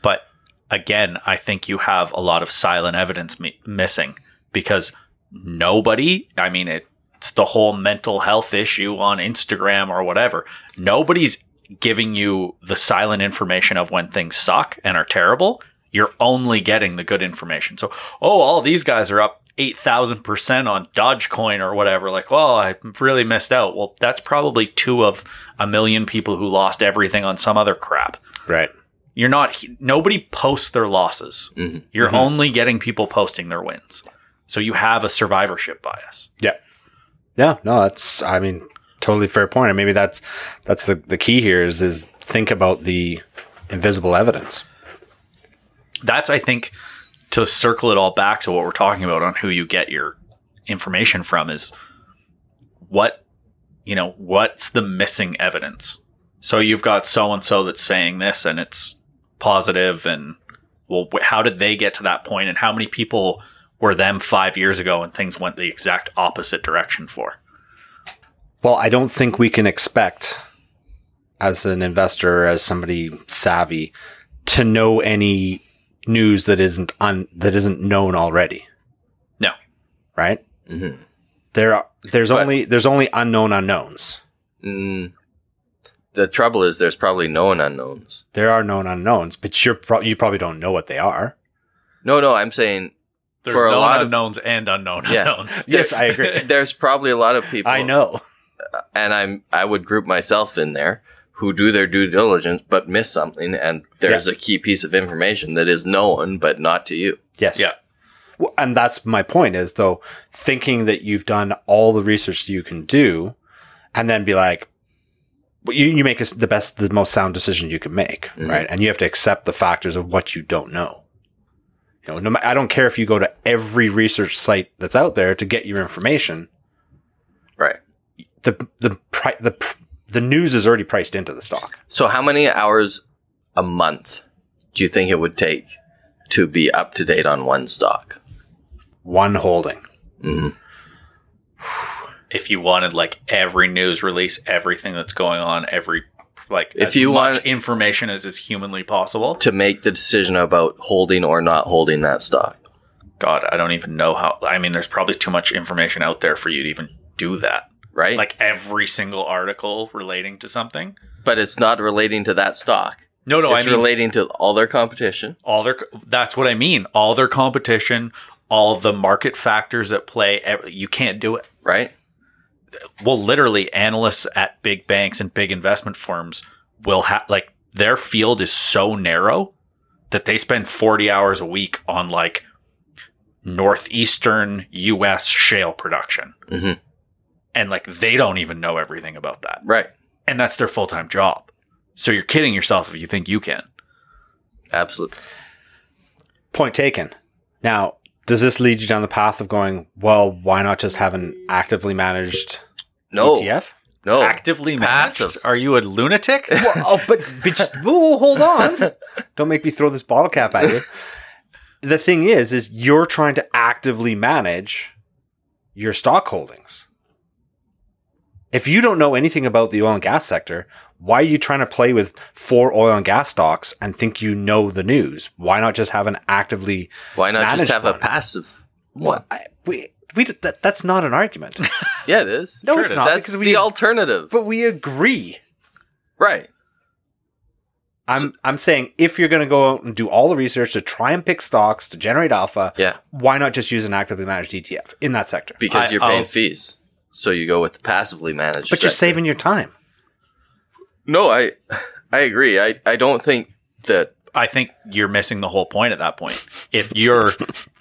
[SPEAKER 3] But again, I think you have a lot of silent evidence mi- missing because nobody, I mean, it's the whole mental health issue on Instagram or whatever. Nobody's giving you the silent information of when things suck and are terrible. You're only getting the good information. So, oh, all these guys are up 8,000% on Dogecoin or whatever. Like, well, I really missed out. Well, that's probably two of a million people who lost everything on some other crap
[SPEAKER 2] Right.
[SPEAKER 3] you're not nobody posts their losses
[SPEAKER 1] Mhm.
[SPEAKER 3] you're
[SPEAKER 2] Mhm.
[SPEAKER 3] only getting people posting their wins so you have a survivorship bias
[SPEAKER 2] Yeah, no, that's I mean totally fair point, and maybe that's that's the the key here is is think about the invisible evidence.
[SPEAKER 3] that's i think to circle it all back to what we're talking about on who you get your information from is what you know what's the missing evidence so you've got so and so that's saying this and it's positive and well wh- how did they get to that point and how many people were them 5 years ago and things went the exact opposite direction for
[SPEAKER 2] Well, I don't think we can expect as an investor, as somebody savvy, to know any news that isn't un, that isn't known already.
[SPEAKER 3] No.
[SPEAKER 2] right?
[SPEAKER 1] hmm
[SPEAKER 2] There are there's
[SPEAKER 1] But-
[SPEAKER 2] only there's only unknown unknowns.
[SPEAKER 1] Mm, the trouble is, there's probably known unknowns.
[SPEAKER 2] There are known unknowns, but you're pro- you probably don't know what they are.
[SPEAKER 1] No, no, I'm saying
[SPEAKER 3] There's
[SPEAKER 1] for a
[SPEAKER 3] known
[SPEAKER 1] lot of-
[SPEAKER 3] unknowns and unknown
[SPEAKER 1] Yeah.
[SPEAKER 3] unknowns.
[SPEAKER 2] Yes, I agree.
[SPEAKER 1] there's probably a lot of people
[SPEAKER 2] I know.
[SPEAKER 1] and I'm I would group myself in there who do their due diligence but miss something and there's a key piece of information that is known but not to you.
[SPEAKER 2] Yes.
[SPEAKER 3] Yeah.
[SPEAKER 2] Well, and that's my point is though, thinking that you've done all the research you can do and then be like, well, you, you make us the best, the most sound decision you can make,
[SPEAKER 1] Mhm.
[SPEAKER 2] right? And you have to accept the factors of what you don't know. You know, no, ma- I don't care if you go to every research site that's out there to get your information.
[SPEAKER 1] Right.
[SPEAKER 2] The the pri- the pr- the news is already priced into the stock.
[SPEAKER 1] So how many hours a month do you think it would take to be up to date on one stock?
[SPEAKER 2] One holding.
[SPEAKER 1] Mm.
[SPEAKER 3] If you wanted like every news release, everything that's going on, every like
[SPEAKER 1] If
[SPEAKER 3] as
[SPEAKER 1] you
[SPEAKER 3] much
[SPEAKER 1] want-
[SPEAKER 3] information as is humanly possible.
[SPEAKER 1] To make the decision about holding or not holding that stock.
[SPEAKER 3] God, I don't even know how. I mean, there's probably too much information out there for you to even do that.
[SPEAKER 1] Right?
[SPEAKER 3] Like every single article relating to something.
[SPEAKER 1] but it's not relating to that stock.
[SPEAKER 3] No, no,
[SPEAKER 1] it's
[SPEAKER 3] I mean
[SPEAKER 1] relating to all their competition.
[SPEAKER 3] all their. That's what I mean. All their competition, all the market factors at play. ev- You can't do it.
[SPEAKER 1] Right?
[SPEAKER 3] well, literally, analysts at big banks and big investment firms will have like their field is so narrow that they spend 40 hours a week on like northeastern US shale production.
[SPEAKER 1] Mhm.
[SPEAKER 3] And like they don't even know everything about that.
[SPEAKER 1] Right.
[SPEAKER 3] And that's their full-time job. So you're kidding yourself if you think you can.
[SPEAKER 1] Absolutely.
[SPEAKER 2] Point taken. Now, does this lead you down the path of going, well, why not just have an actively managed E
[SPEAKER 3] E
[SPEAKER 1] No.
[SPEAKER 2] ETF?
[SPEAKER 1] No.
[SPEAKER 3] Actively managed?
[SPEAKER 1] Oh, passive.
[SPEAKER 3] Are you a lunatic?
[SPEAKER 2] well, oh, but, but just- whoa, hold on. Don't make me throw this bottle cap at you. The thing is, is you're trying to actively manage your stock holdings. If you don't know anything about the oil and gas sector, why are you trying to play with four oil and gas stocks and think you know the news? Why not just have an actively
[SPEAKER 1] Why not just
[SPEAKER 2] Managed
[SPEAKER 1] have a
[SPEAKER 2] one.
[SPEAKER 1] passive one?
[SPEAKER 2] I, we we that, that's not an argument.
[SPEAKER 1] Yeah, it is.
[SPEAKER 2] No,
[SPEAKER 3] Sure
[SPEAKER 2] it's
[SPEAKER 3] it is.
[SPEAKER 2] not
[SPEAKER 1] That's
[SPEAKER 2] because
[SPEAKER 1] the
[SPEAKER 2] we
[SPEAKER 1] alternative.
[SPEAKER 2] but we agree.
[SPEAKER 1] Right.
[SPEAKER 2] I'm I'm saying if you're going to go out and do all the research to try and pick stocks to generate alpha,
[SPEAKER 1] Yeah.
[SPEAKER 2] why not just use an actively managed ETF in that sector?
[SPEAKER 1] Because
[SPEAKER 3] I-
[SPEAKER 1] you're paying
[SPEAKER 3] I'll-
[SPEAKER 1] fees. So you go with the passively managed.
[SPEAKER 2] But you're
[SPEAKER 1] sector.
[SPEAKER 2] saving your time.
[SPEAKER 1] No, I I agree. I, I don't think that
[SPEAKER 3] I think you're missing the whole point at that point. If you're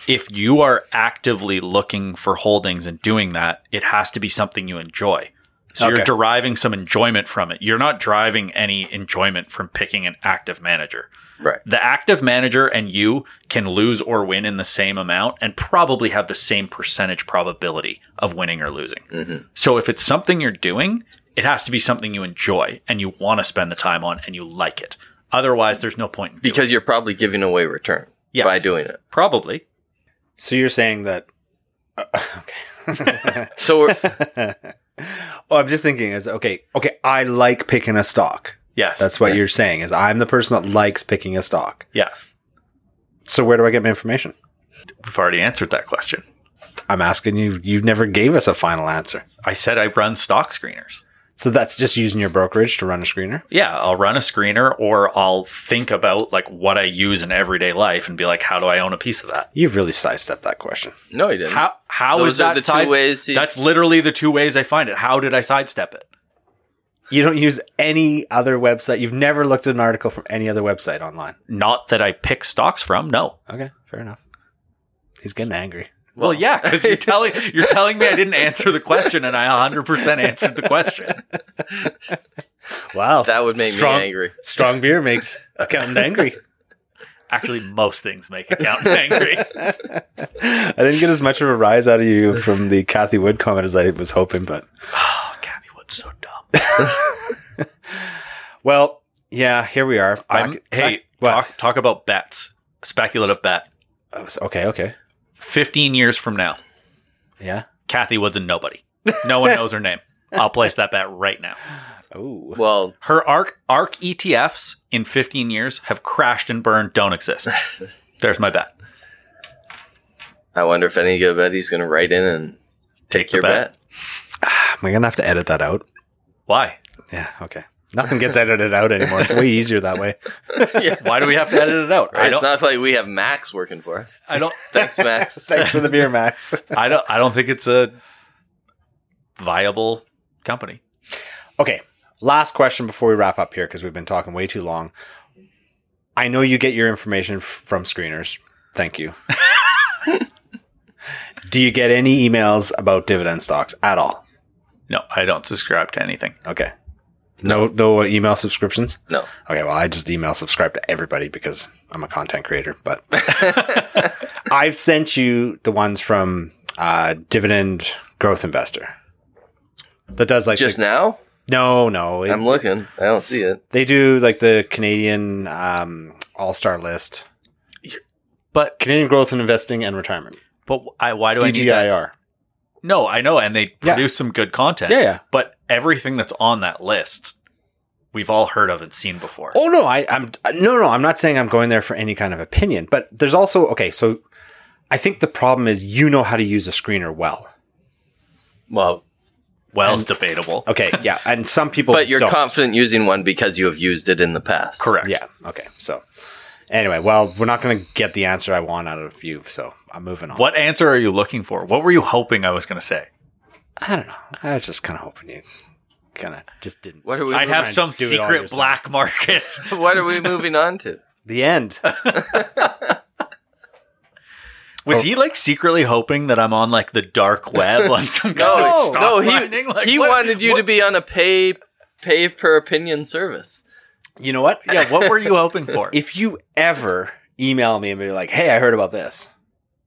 [SPEAKER 3] if you are actively looking for holdings and doing that, it has to be something you enjoy. So
[SPEAKER 2] Okay.
[SPEAKER 3] you're deriving some enjoyment from it. You're not deriving any enjoyment from picking an active manager.
[SPEAKER 1] Right.
[SPEAKER 3] The active manager and you can lose or win in the same amount and probably have the same percentage probability of winning or losing.
[SPEAKER 1] Mhm.
[SPEAKER 3] So if it's something you're doing, it has to be something you enjoy and you want to spend the time on and you like it. Otherwise, there's no point in doing
[SPEAKER 1] because you're probably giving away return
[SPEAKER 3] Yes.
[SPEAKER 1] by doing it.
[SPEAKER 3] Probably.
[SPEAKER 2] So you're saying that uh, okay.
[SPEAKER 1] So we're,
[SPEAKER 2] well, I'm just thinking is okay, okay, I like picking a stock.
[SPEAKER 3] Yes.
[SPEAKER 2] That's what
[SPEAKER 1] Yeah.
[SPEAKER 2] you're saying is I'm the person that likes picking a stock.
[SPEAKER 3] yes.
[SPEAKER 2] So where do I get my information?
[SPEAKER 3] We've already answered that question.
[SPEAKER 2] I'm asking you you never gave us a final answer.
[SPEAKER 3] I said I run stock screeners.
[SPEAKER 2] So that's just using your brokerage to run a screener.
[SPEAKER 3] Yeah, I'll run a screener or I'll think about like what I use in everyday life and be like, how do I own a piece of that?
[SPEAKER 2] You've really sidestepped that question.
[SPEAKER 1] no, you didn't.
[SPEAKER 3] How how is
[SPEAKER 1] Those are
[SPEAKER 3] that
[SPEAKER 1] the two
[SPEAKER 3] sides-
[SPEAKER 1] ways you-
[SPEAKER 3] That's literally the two ways I find it. How did I sidestep it?
[SPEAKER 2] You don't use any other website. You've never looked at an article from any other website online.
[SPEAKER 3] Not that I pick stocks from. No.
[SPEAKER 2] Okay, fair enough. He's getting angry.
[SPEAKER 3] Well, yeah, because you're telling you're telling me I didn't answer the question, and I 100 percent answered the question.
[SPEAKER 2] Wow,
[SPEAKER 1] that would make
[SPEAKER 2] strong,
[SPEAKER 1] me angry.
[SPEAKER 2] Strong beer makes accountant angry.
[SPEAKER 3] Actually, most things make accountant angry.
[SPEAKER 2] I didn't get as much of a rise out of you from the Kathy Wood comment as I was hoping, but
[SPEAKER 3] Oh, Gabby Wood's so dumb.
[SPEAKER 2] well, yeah, here we are. Back-
[SPEAKER 3] I'm, hey,
[SPEAKER 2] back- what?
[SPEAKER 3] talk, talk about bets. Speculative bet.
[SPEAKER 2] Oh, s- okay, okay,
[SPEAKER 3] 15 years from now,
[SPEAKER 2] yeah.
[SPEAKER 3] Kathy Woods and nobody. No one knows her name. I'll place that bet right now.
[SPEAKER 2] Oh,
[SPEAKER 1] Well,
[SPEAKER 3] Her ARC, ARC ETFs in 15 years have crashed and burned, don't exist. There's my bet.
[SPEAKER 1] I wonder if any good bet he's going to write in and take,
[SPEAKER 3] the
[SPEAKER 1] your
[SPEAKER 3] bet.
[SPEAKER 1] bet.
[SPEAKER 2] am I gonna have to edit that out?
[SPEAKER 3] Why?
[SPEAKER 2] Yeah, okay. Nothing gets edited out anymore. It's way easier that way.
[SPEAKER 1] yeah.
[SPEAKER 3] Why do we have to edit it out? I
[SPEAKER 1] Right? It's
[SPEAKER 3] don't,
[SPEAKER 1] not like we have Max working for us.
[SPEAKER 3] I don't,
[SPEAKER 1] Thanks, Max.
[SPEAKER 2] Thanks for the beer, Max.
[SPEAKER 3] I don't, I don't think it's a viable company.
[SPEAKER 2] Okay. Last question before we wrap up here because we've been talking way too long. I know you get your information f- from screeners. Thank you. Do you get any emails about dividend stocks at all?
[SPEAKER 3] No, I don't subscribe to anything.
[SPEAKER 2] Okay. No, no email subscriptions.
[SPEAKER 1] No.
[SPEAKER 2] Okay, well, I just email subscribe to everybody because I'm a content creator. But I've sent you the ones from uh, Dividend Growth Investor that does like
[SPEAKER 1] Just
[SPEAKER 2] the-
[SPEAKER 1] now?
[SPEAKER 2] no, no. it-
[SPEAKER 1] I'm looking. I don't see it.
[SPEAKER 2] They do like the Canadian um, All Star list,
[SPEAKER 3] But,
[SPEAKER 2] Canadian Growth and Investing and Retirement
[SPEAKER 3] but I, why do I need that?
[SPEAKER 2] (DGIR).
[SPEAKER 3] No, I know. And they
[SPEAKER 2] Yeah.
[SPEAKER 3] produce some good content.
[SPEAKER 2] Yeah, yeah.
[SPEAKER 3] But everything that's on that list, we've all heard of and seen before.
[SPEAKER 2] Oh no, I, I'm no, no. I'm not saying I'm going there for any kind of opinion, but there's also okay. So I think the problem is you know how to use a screener well.
[SPEAKER 1] Well,
[SPEAKER 3] Well, it's debatable.
[SPEAKER 2] Okay, yeah, and some people,
[SPEAKER 1] but you're
[SPEAKER 2] don't.
[SPEAKER 1] confident using one because you have used it in the past.
[SPEAKER 3] Correct.
[SPEAKER 2] yeah, okay. So anyway, well, we're not going to get the answer I want out of you, so I'm moving on.
[SPEAKER 3] What answer are you looking for? What were you hoping I was going to say?
[SPEAKER 2] I don't know. I was just kind of hoping you kind of just didn't.
[SPEAKER 1] What are we?
[SPEAKER 3] I
[SPEAKER 2] Never
[SPEAKER 3] have
[SPEAKER 2] mind,
[SPEAKER 3] some
[SPEAKER 2] do it all
[SPEAKER 3] secret
[SPEAKER 2] yourself.
[SPEAKER 3] black market.
[SPEAKER 1] what are we moving on to?
[SPEAKER 2] The end.
[SPEAKER 3] Was
[SPEAKER 2] Oh.
[SPEAKER 3] he like secretly hoping that I'm on like the dark web on some kind
[SPEAKER 1] No,
[SPEAKER 3] of stock
[SPEAKER 1] no, he-
[SPEAKER 3] mining? Like,
[SPEAKER 1] he
[SPEAKER 3] what-
[SPEAKER 1] wanted you
[SPEAKER 3] what-
[SPEAKER 1] to be on a pay pay per opinion service.
[SPEAKER 2] You know what?
[SPEAKER 3] Yeah, what were you hoping for?
[SPEAKER 2] If you ever email me and be like, "Hey, I heard about this,"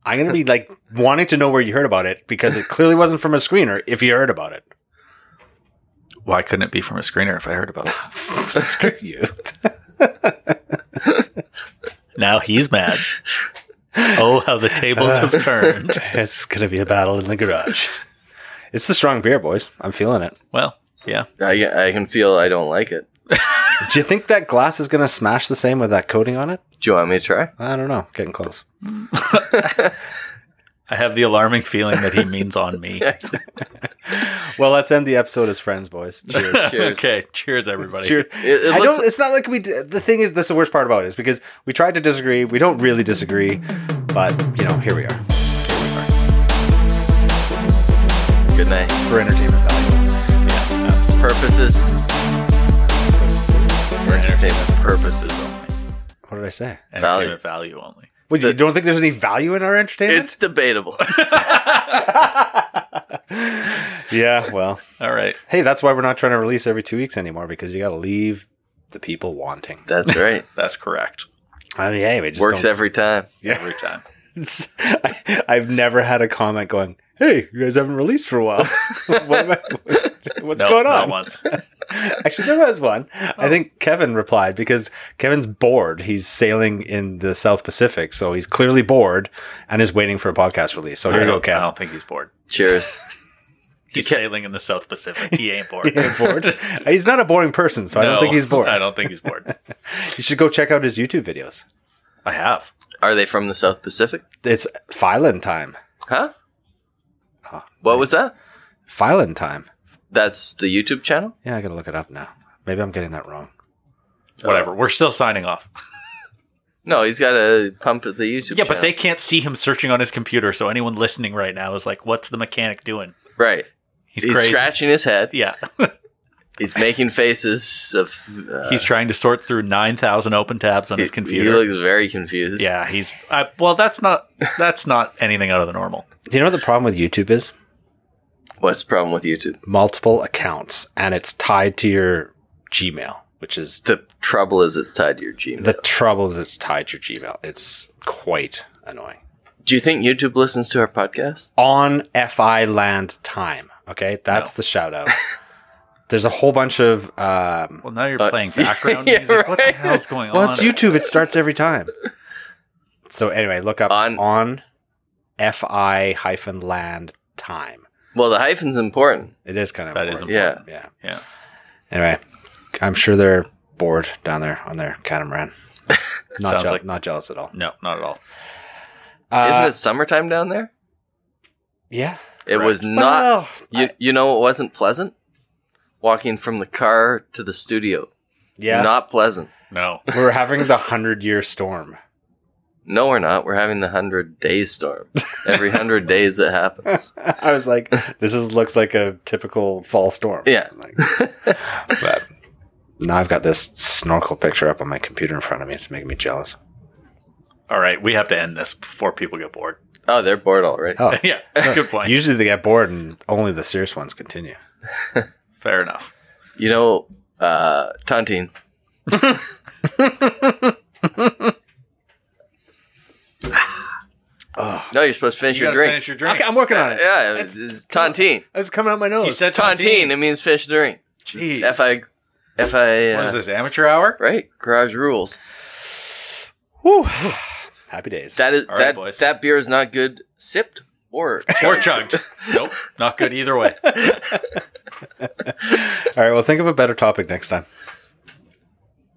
[SPEAKER 2] I'm gonna be like wanting to know where you heard about it because it clearly wasn't from a screener. If you heard about it,
[SPEAKER 3] Why couldn't it be from a screener if I heard about it?
[SPEAKER 2] screw you.
[SPEAKER 3] Now he's mad. Oh, how the tables have turned.
[SPEAKER 2] it's gonna be a battle in the garage. It's the strong beer, boys. I'm feeling it.
[SPEAKER 3] Well, yeah.
[SPEAKER 1] I I can feel I don't like it.
[SPEAKER 2] Do you think that glass is gonna smash the same with that coating on it?
[SPEAKER 1] Do you want me to try?
[SPEAKER 2] I don't know. Getting close.
[SPEAKER 3] I have the alarming feeling that he means on me.
[SPEAKER 2] Well, let's end the episode as friends, boys. Cheers.
[SPEAKER 1] Cheers.
[SPEAKER 3] okay, cheers, everybody.
[SPEAKER 2] Cheers.
[SPEAKER 1] It, it
[SPEAKER 2] I
[SPEAKER 1] looks-
[SPEAKER 2] don't. It's not like we. d- The thing is, that's the worst part about it is because we tried to disagree. We don't really disagree, but you know, here we are
[SPEAKER 1] Good night.
[SPEAKER 2] for entertainment value.
[SPEAKER 1] Purposes. For entertainment purposes only.
[SPEAKER 2] What did I say?
[SPEAKER 3] Entertainment value only.
[SPEAKER 2] What, you don't think there's any value in our entertainment?
[SPEAKER 1] It's debatable.
[SPEAKER 2] yeah. Well,
[SPEAKER 3] All right.
[SPEAKER 2] hey, that's why we're not trying to release every two weeks anymore because you got to leave the people wanting.
[SPEAKER 1] That's right.
[SPEAKER 3] That's correct.
[SPEAKER 2] I mean, hey, we just
[SPEAKER 1] Works
[SPEAKER 2] don't-
[SPEAKER 1] every time.
[SPEAKER 2] Yeah.
[SPEAKER 3] Every time.
[SPEAKER 2] I, I've never had a comment going, "Hey, you guys haven't released for a while. what am I- what's
[SPEAKER 3] Nope,
[SPEAKER 2] going
[SPEAKER 3] not
[SPEAKER 2] on?"
[SPEAKER 3] once.
[SPEAKER 2] Actually, there was one. I think Kevin replied because Kevin's bored. He's sailing in the South Pacific, so he's clearly bored and is waiting for a podcast release. So here
[SPEAKER 3] I
[SPEAKER 2] you go,
[SPEAKER 3] don't- I
[SPEAKER 2] Kev.
[SPEAKER 3] don't think he's bored.
[SPEAKER 1] Cheers.
[SPEAKER 3] He's sailing in the South Pacific. He ain't bored.
[SPEAKER 2] He ain't bored. He's not a boring person, so I don't
[SPEAKER 3] No,
[SPEAKER 2] think he's bored.
[SPEAKER 3] I don't think he's bored.
[SPEAKER 2] You should go check out his YouTube videos.
[SPEAKER 3] I have.
[SPEAKER 1] Are they from the South Pacific?
[SPEAKER 2] It's Phylon time.
[SPEAKER 1] Huh?
[SPEAKER 3] Ah,
[SPEAKER 2] Oh,
[SPEAKER 1] What was that?
[SPEAKER 2] Phylon time?
[SPEAKER 1] That's the YouTube channel?
[SPEAKER 2] Yeah, I gotta look it up now. Maybe I'm getting that wrong. Oh.
[SPEAKER 3] Whatever. We're still signing off.
[SPEAKER 1] No, he's got to pump the YouTube
[SPEAKER 3] Yeah,
[SPEAKER 1] channel.
[SPEAKER 3] but they can't see him searching on his computer. So anyone listening right now is like, what's the mechanic doing?
[SPEAKER 1] Right.
[SPEAKER 3] He's,
[SPEAKER 1] He's,
[SPEAKER 3] crazy.
[SPEAKER 1] scratching his head.
[SPEAKER 3] yeah.
[SPEAKER 1] He's making faces of. Uh,
[SPEAKER 3] he's trying to sort through 9,000 open tabs on his
[SPEAKER 1] he-
[SPEAKER 3] computer.
[SPEAKER 1] He looks very confused.
[SPEAKER 3] yeah, he's I, well. That's not that's not anything out of the normal.
[SPEAKER 2] Do you know what the problem with YouTube is?
[SPEAKER 1] What's the problem with YouTube?
[SPEAKER 2] Multiple accounts, and it's tied to your Gmail, which is
[SPEAKER 1] The trouble is it's tied to your Gmail.
[SPEAKER 2] The trouble is it's tied to your Gmail. It's quite annoying.
[SPEAKER 1] Do you think YouTube listens to our podcast?
[SPEAKER 2] On FI land time. Okay. That's
[SPEAKER 3] No.
[SPEAKER 2] the shout out. There's a whole bunch of, um,
[SPEAKER 3] Well, now you're
[SPEAKER 1] Uh,
[SPEAKER 3] playing background
[SPEAKER 1] yeah,
[SPEAKER 3] music. What the
[SPEAKER 1] right.
[SPEAKER 3] hell's going
[SPEAKER 2] well,
[SPEAKER 3] on?
[SPEAKER 2] it's YouTube. It starts every time. So anyway, look up on,
[SPEAKER 1] On-
[SPEAKER 2] FI hyphen land time.
[SPEAKER 1] Well, the hyphen's important.
[SPEAKER 2] It is kind of,
[SPEAKER 3] That is
[SPEAKER 2] important.
[SPEAKER 1] Yeah.
[SPEAKER 2] yeah.
[SPEAKER 3] Yeah.
[SPEAKER 2] Anyway, I'm sure they're bored down there on their catamaran. Not,
[SPEAKER 3] Sounds
[SPEAKER 2] jeal-
[SPEAKER 3] like-
[SPEAKER 2] not jealous at all.
[SPEAKER 3] No, not at all.
[SPEAKER 2] Uh,
[SPEAKER 1] Isn't it summertime down there?
[SPEAKER 2] Yeah.
[SPEAKER 1] It was not.
[SPEAKER 2] Well,
[SPEAKER 1] You, you know, it wasn't pleasant. Walking from the car to the studio,
[SPEAKER 2] yeah.
[SPEAKER 1] not pleasant.
[SPEAKER 3] No,
[SPEAKER 2] We're having the hundred year storm.
[SPEAKER 1] No, we're not. We're having the hundred day storm. Every hundred days it happens.
[SPEAKER 2] I was like, this is looks like a typical fall storm.
[SPEAKER 1] Yeah.
[SPEAKER 2] I'm like- but now I've got this snorkel picture up on my computer in front of me. It's making me jealous.
[SPEAKER 3] all right, we have to end this before people get bored.
[SPEAKER 1] Oh, they're bored already.
[SPEAKER 2] Oh,
[SPEAKER 3] yeah, good point.
[SPEAKER 2] usually they get bored and only the serious ones continue.
[SPEAKER 3] Fair enough.
[SPEAKER 1] You know, uh, Tontine.
[SPEAKER 2] Oh.
[SPEAKER 1] No, you're supposed to finish
[SPEAKER 3] You
[SPEAKER 1] your
[SPEAKER 3] gotta
[SPEAKER 1] drink.
[SPEAKER 3] finish your drink.
[SPEAKER 2] I'm working on it.
[SPEAKER 1] Yeah, it's, it's tontine.
[SPEAKER 2] It's coming out my
[SPEAKER 3] He
[SPEAKER 2] nose.
[SPEAKER 3] said
[SPEAKER 1] Tontine. It means fish drink.
[SPEAKER 3] Jeez.
[SPEAKER 1] If I, if I,
[SPEAKER 3] What is
[SPEAKER 1] uh,
[SPEAKER 3] this amateur hour?
[SPEAKER 1] right? Garage rules.
[SPEAKER 2] Whew. Happy days.
[SPEAKER 1] That is
[SPEAKER 3] All right,
[SPEAKER 1] that
[SPEAKER 3] boys.
[SPEAKER 1] that beer is not good sipped or
[SPEAKER 3] Or chugged? nope, not good either way.
[SPEAKER 2] All right. Well, think of a better topic next time.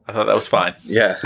[SPEAKER 3] I thought that was fine.
[SPEAKER 1] yeah.